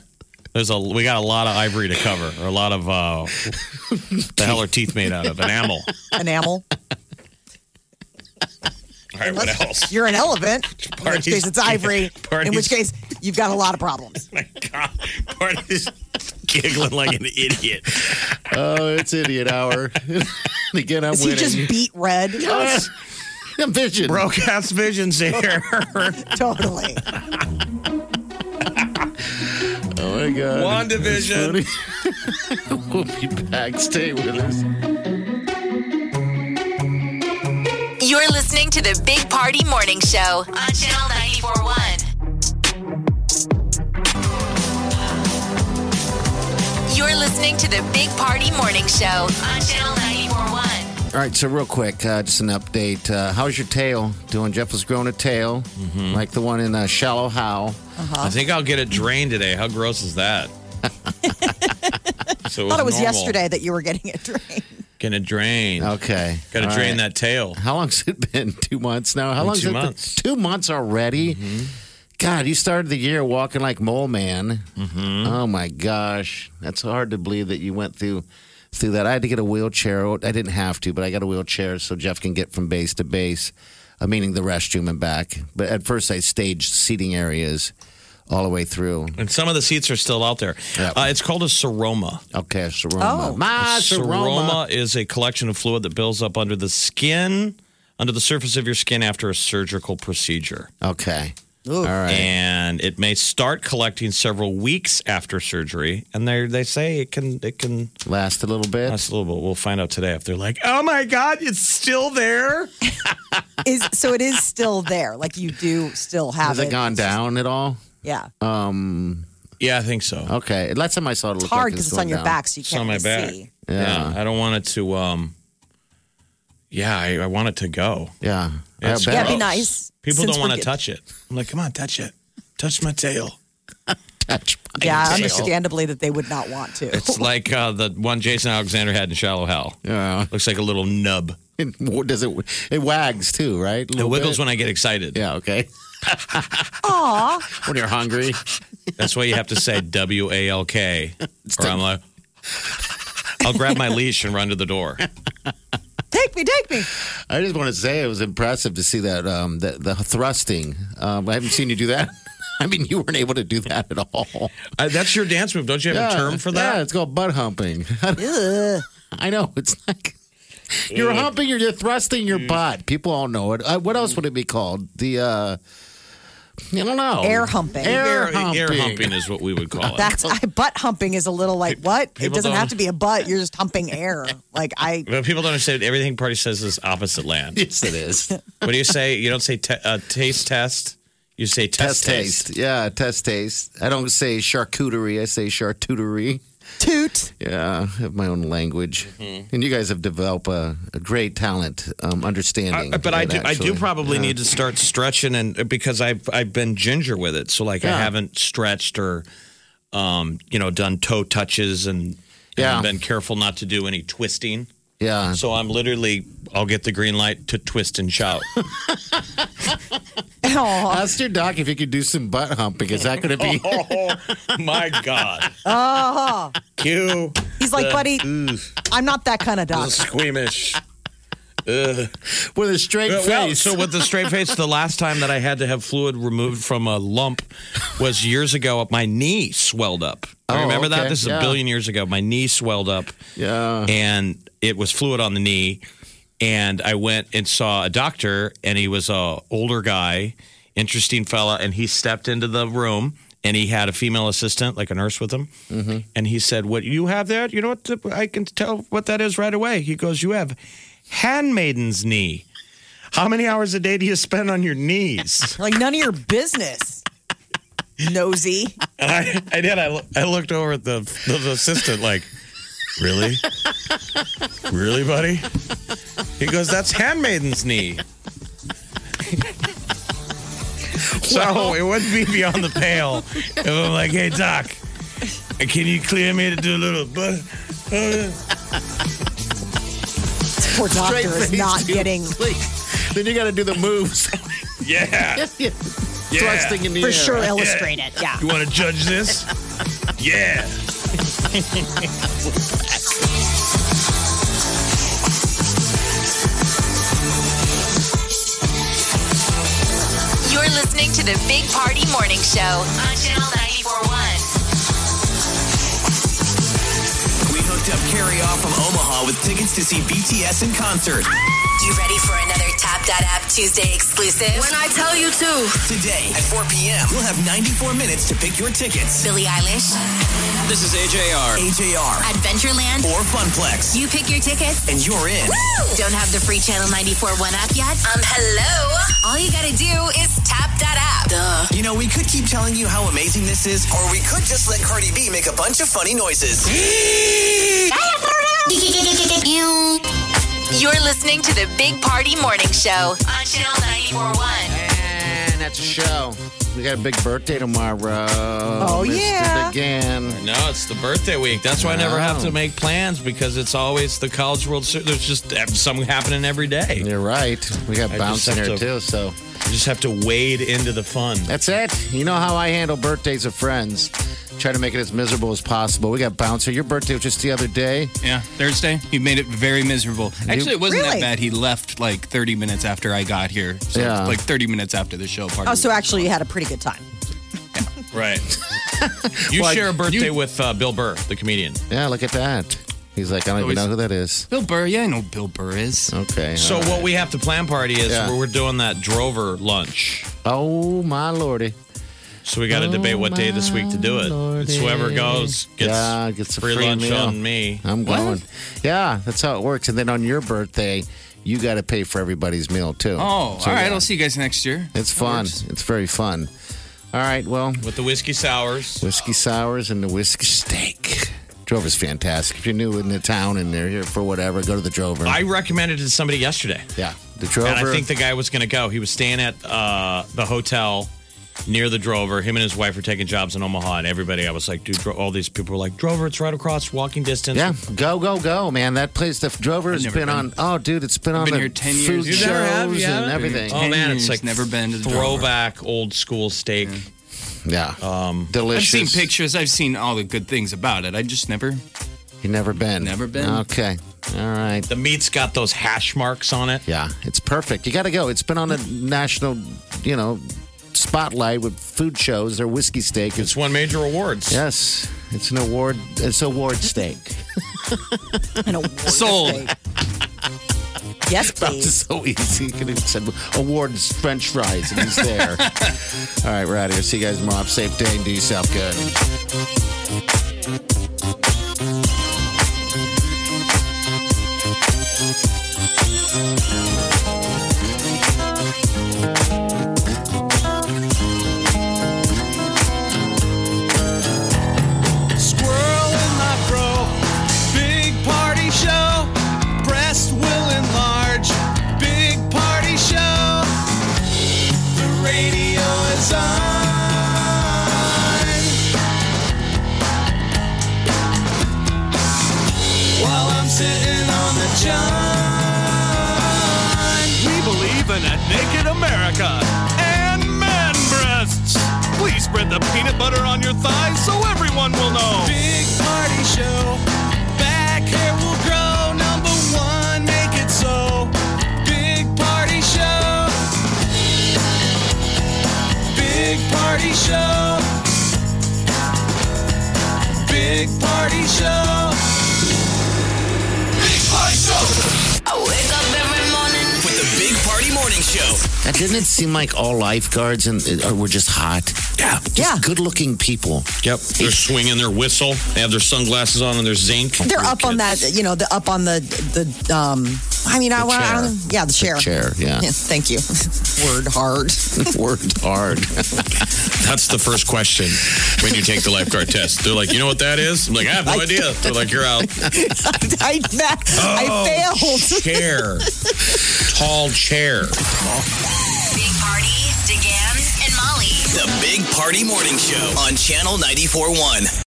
There's a we got a lot of ivory to cover, or a lot of uh, the hell are teeth made out of enamel. enamel. All right, what else? You're an elephant. In which Parties- case, it's ivory. Parties- In which case, you've got a lot of problems. My God, Barney's giggling like an idiot. Oh, it's idiot hour. Again, I'm Is he winning. just beat red? I'm vision. Broke ass visions here. totally. Oh my god. One division. we'll be back. Stay with us. You're listening to the Big Party Morning Show on Channel 941. You're listening to the Big Party Morning Show on Channel 941. All right, so real quick, uh, just an update. Uh, how's your tail doing? Jeff was growing a tail, Mm-hmm. like the one in uh, Shallow How. I think I'll get it drained today. How gross is that? so I thought it was normal. yesterday that you were getting it drained. Gonna drain. Oh, Okay, Gotta All drain right. that tail. How long's it been? Two months now. How Been long's two it months. been? Two months already. God, you started the year walking like mole man. Oh my gosh, that's hard to believe that you went through through that. I had to get a wheelchair. I didn't have to, but I got a wheelchair so Jeff can get from base to base, uh, meaning the restroom and back. But at first, I staged seating areas all the way through. And some of the seats are still out there. Uh, it's called a seroma. Okay, a seroma. A My seroma. is a collection of fluid that builds up under the skin, under the surface of your skin after a surgical procedure. Okay. All right. And it may start collecting several weeks after surgery, and they they say it can it can Last a little bit. last a little bit. We'll find out today if they're like, oh my god, it's still there. Is so it is still there. Like you do still have Has it it. gone down at all? Yeah. Um. Yeah, I think so. Okay. Last time I saw it, it It's looked hard like because it's going on your down. back, so you It's on can't my back. see. Yeah. I don't want it to. um Yeah, I, I want it to go. Yeah. It's I Yeah, bet. it'd be gross. nice. People since don't we're want to get- touch it. I'm like, come on, touch it, touch my tail. Touch my Yeah, tail. understandably that they would not want to. It's like uh, the one Jason Alexander had in Shallow Hell. Yeah. Looks like a little nub. It, what does it? It wags too, right? It wiggles when I get excited. Yeah. Okay. Aw. When you're hungry. That's why you have to say W A L K. Or I'm like, I'll grab my leash and run to the door. Take me, take me. I just want to say it was impressive to see that um, the, the thrusting. Um, I haven't seen you do that. I mean, you weren't able to do that at all. Uh, that's your dance move. Don't you have a term for Yeah, that? it's called butt humping. Ugh. I know it's like you're humping, you're, you're thrusting Mm. your butt. People all know it. Uh, what else would it be called? The uh, I don't know. Air humping. Air, humping. air humping is what we would call it. That's I, butt humping is a little like what? It People doesn't don't- have to be a butt. You're just humping air. Like I But people don't understand everything party says is opposite land. Yes, it is. What do you say? You don't say te- uh, taste test. You say test test, taste. Yeah, test taste. I don't say charcuterie. I say chartuterie. toot. Yeah, I have my own language, Mm-hmm. and you guys have developed a, a great talent, um, understanding. I- Uh, but I of do, it, I do actually. probably need to start stretching and because I've I've been ginger with it, so like I Yeah. haven't stretched or, um, you know, done toe touches and, Yeah. and been careful not to do any twisting. Yeah, So I'm literally, I'll get the green light to twist and shout. Aw. ask your doc if you could do some butt humping. Is that going to be? oh my god! Oh, Uh-huh. cue He's like, buddy, I'm not that kind of the doc. squeamish. with a straight Uh, well, face. so with the straight face, the last time that I had to have fluid removed from a lump was years ago. My knee swelled up. I Oh, remember that? okay. This is Yeah. a billion years ago. My knee swelled up, yeah. and it was fluid on the knee. And I went and saw a doctor, and he was a older guy, interesting fella, and he stepped into the room. And he had a female assistant, like a nurse with him. And he said, What you have there? You know what? I can tell what that is right away. He goes, You have handmaiden's knee. How many hours a day do you spend on your knees? Like none of your business. Nosy. And I, I did. I, loo- I looked over at the, the, the assistant, like, really? Really, buddy? He goes, that's handmaiden's knee. so it wouldn't be beyond the pale if I'm like, hey, Doc, can you clear me to do a little. But, This poor doctor Straight is face, not dude. getting Like, then you got to do the moves, yeah. yeah. thrusting in the for air. sure illustrate it. Yeah. You want to judge this? Yeah. You're listening to the Big Party Morning Show on Channel 941. We hooked up Carrie off from Omaha with tickets to see BTS in concert You ready for another Tap That App Tuesday exclusive? When I tell you to. today at 4 p.m. We'll have 94 minutes to pick your tickets. Billie Eilish, This is AJR, AJR, Adventureland. or Funplex, You pick your tickets. and you're in. Don't have the free Channel 941 app yet? Um, hello. All you gotta do is tap that app. Duh. You know, we could keep telling you how amazing this is, or we could just let Cardi B make a bunch of funny noises. You're listening to the Big Party Morning Show on Channel 941. And that's a show. We got a big birthday tomorrow. Oh yeah. Again. No, it's the birthday week. That's why I never have to make plans because it's always the College World Series. There's just something happening every day. You You're right. We got I bounce in just here have to- too. So just have to wade into the fun. that's it. You know how I handle birthdays of friends. Try to make it as miserable as possible. We got Bouncer. Your birthday was just the other day. Yeah, Thursday. He made it very miserable. Actually, it wasn't Really? that bad. He left like 30 minutes after I got here. So Yeah. like 30 minutes after the show party. Oh, so actually, you had a pretty good time. Right. you share a birthday with uh, Bill Burr, the comedian. Yeah, look at that. He's like, I don't even Always- know who that is. Bill Burr. Yeah, I know Bill Burr is. Okay. So all right. what we have to plan party is Yeah. we're we're doing that drover lunch. Oh my lordy! So we got Oh, to debate what day this week to do it. It's whoever goes gets, Yeah, gets a free, free lunch meal. on me. I'm What? going. Yeah, that's how it works. And then on your birthday, you got to pay for everybody's meal too. Oh, So, all right. yeah. I'll see you guys next year. It's fun. It's very fun. All right. Well, with the whiskey sours. whiskey sours and the whiskey steak. Drover's fantastic. If you're new in the town and they're here for whatever, go to the Drover. I recommended it to somebody yesterday. yeah, the Drover. And I think the guy was going to go. He was staying at uh, the hotel near the Drover. Him and his wife were taking jobs in Omaha, and everybody, I was like, dude, Dro- all these people were like, Drover, it's right across, walking distance. yeah, go go go, man! That place, the Drover, has been, never on. Oh, dude, it's been on been the here 10 food years. You shows never have, you and haven't? everything. Oh, man, Ten it's years, like never been to the Drover. throwback old school steak. Yeah, Um, I've delicious. seen pictures. I've seen all the good things about it. I just never. You never been? Never been. Okay. All right. the meat's got those hash marks on it. Yeah, it's perfect. You got to go. It's been on the national, you know, spotlight with food shows. Their whiskey steak It's is won major awards. yes, it's an award. It's award steak. An award Sold. steak. yes, That please. was so easy. You could have said awards French fries, and he's there. All right, we're out of here. See you guys tomorrow. Have a safe day and do yourself good. Squirrel in my bro. Big party show. Breast will enlarge. Big party show. The radio is on. While I'm sitting on the john. We believe in a naked America and man breasts. Please spread the peanut butter on your thighs so everyone will know. Big party show. Back hair will grow. Number one, make it so. Big party show. Big party show. Big party show. Big party show. I wake up every morning. With the Big Party Morning Show. Now, doesn't it seem like all lifeguards and uh, were just hot? Yeah, just Yeah. good-looking people. Yep. They're swinging their whistle. They have their sunglasses on and their zinc. They're up on that, you know, the up on the the. um I mean, I, The I chair. don't. Yeah, the chair. chair, yeah. Thank you. Word hard. Worked hard. That's the first question when you take the lifeguard test. They're like, you know what that is? I'm like, I have no idea. They're like, you're out. I, Oh, I failed. Chair. Tall chair. Big Party, DeGan, and Molly. The Big Party Morning Show on Channel 94.1.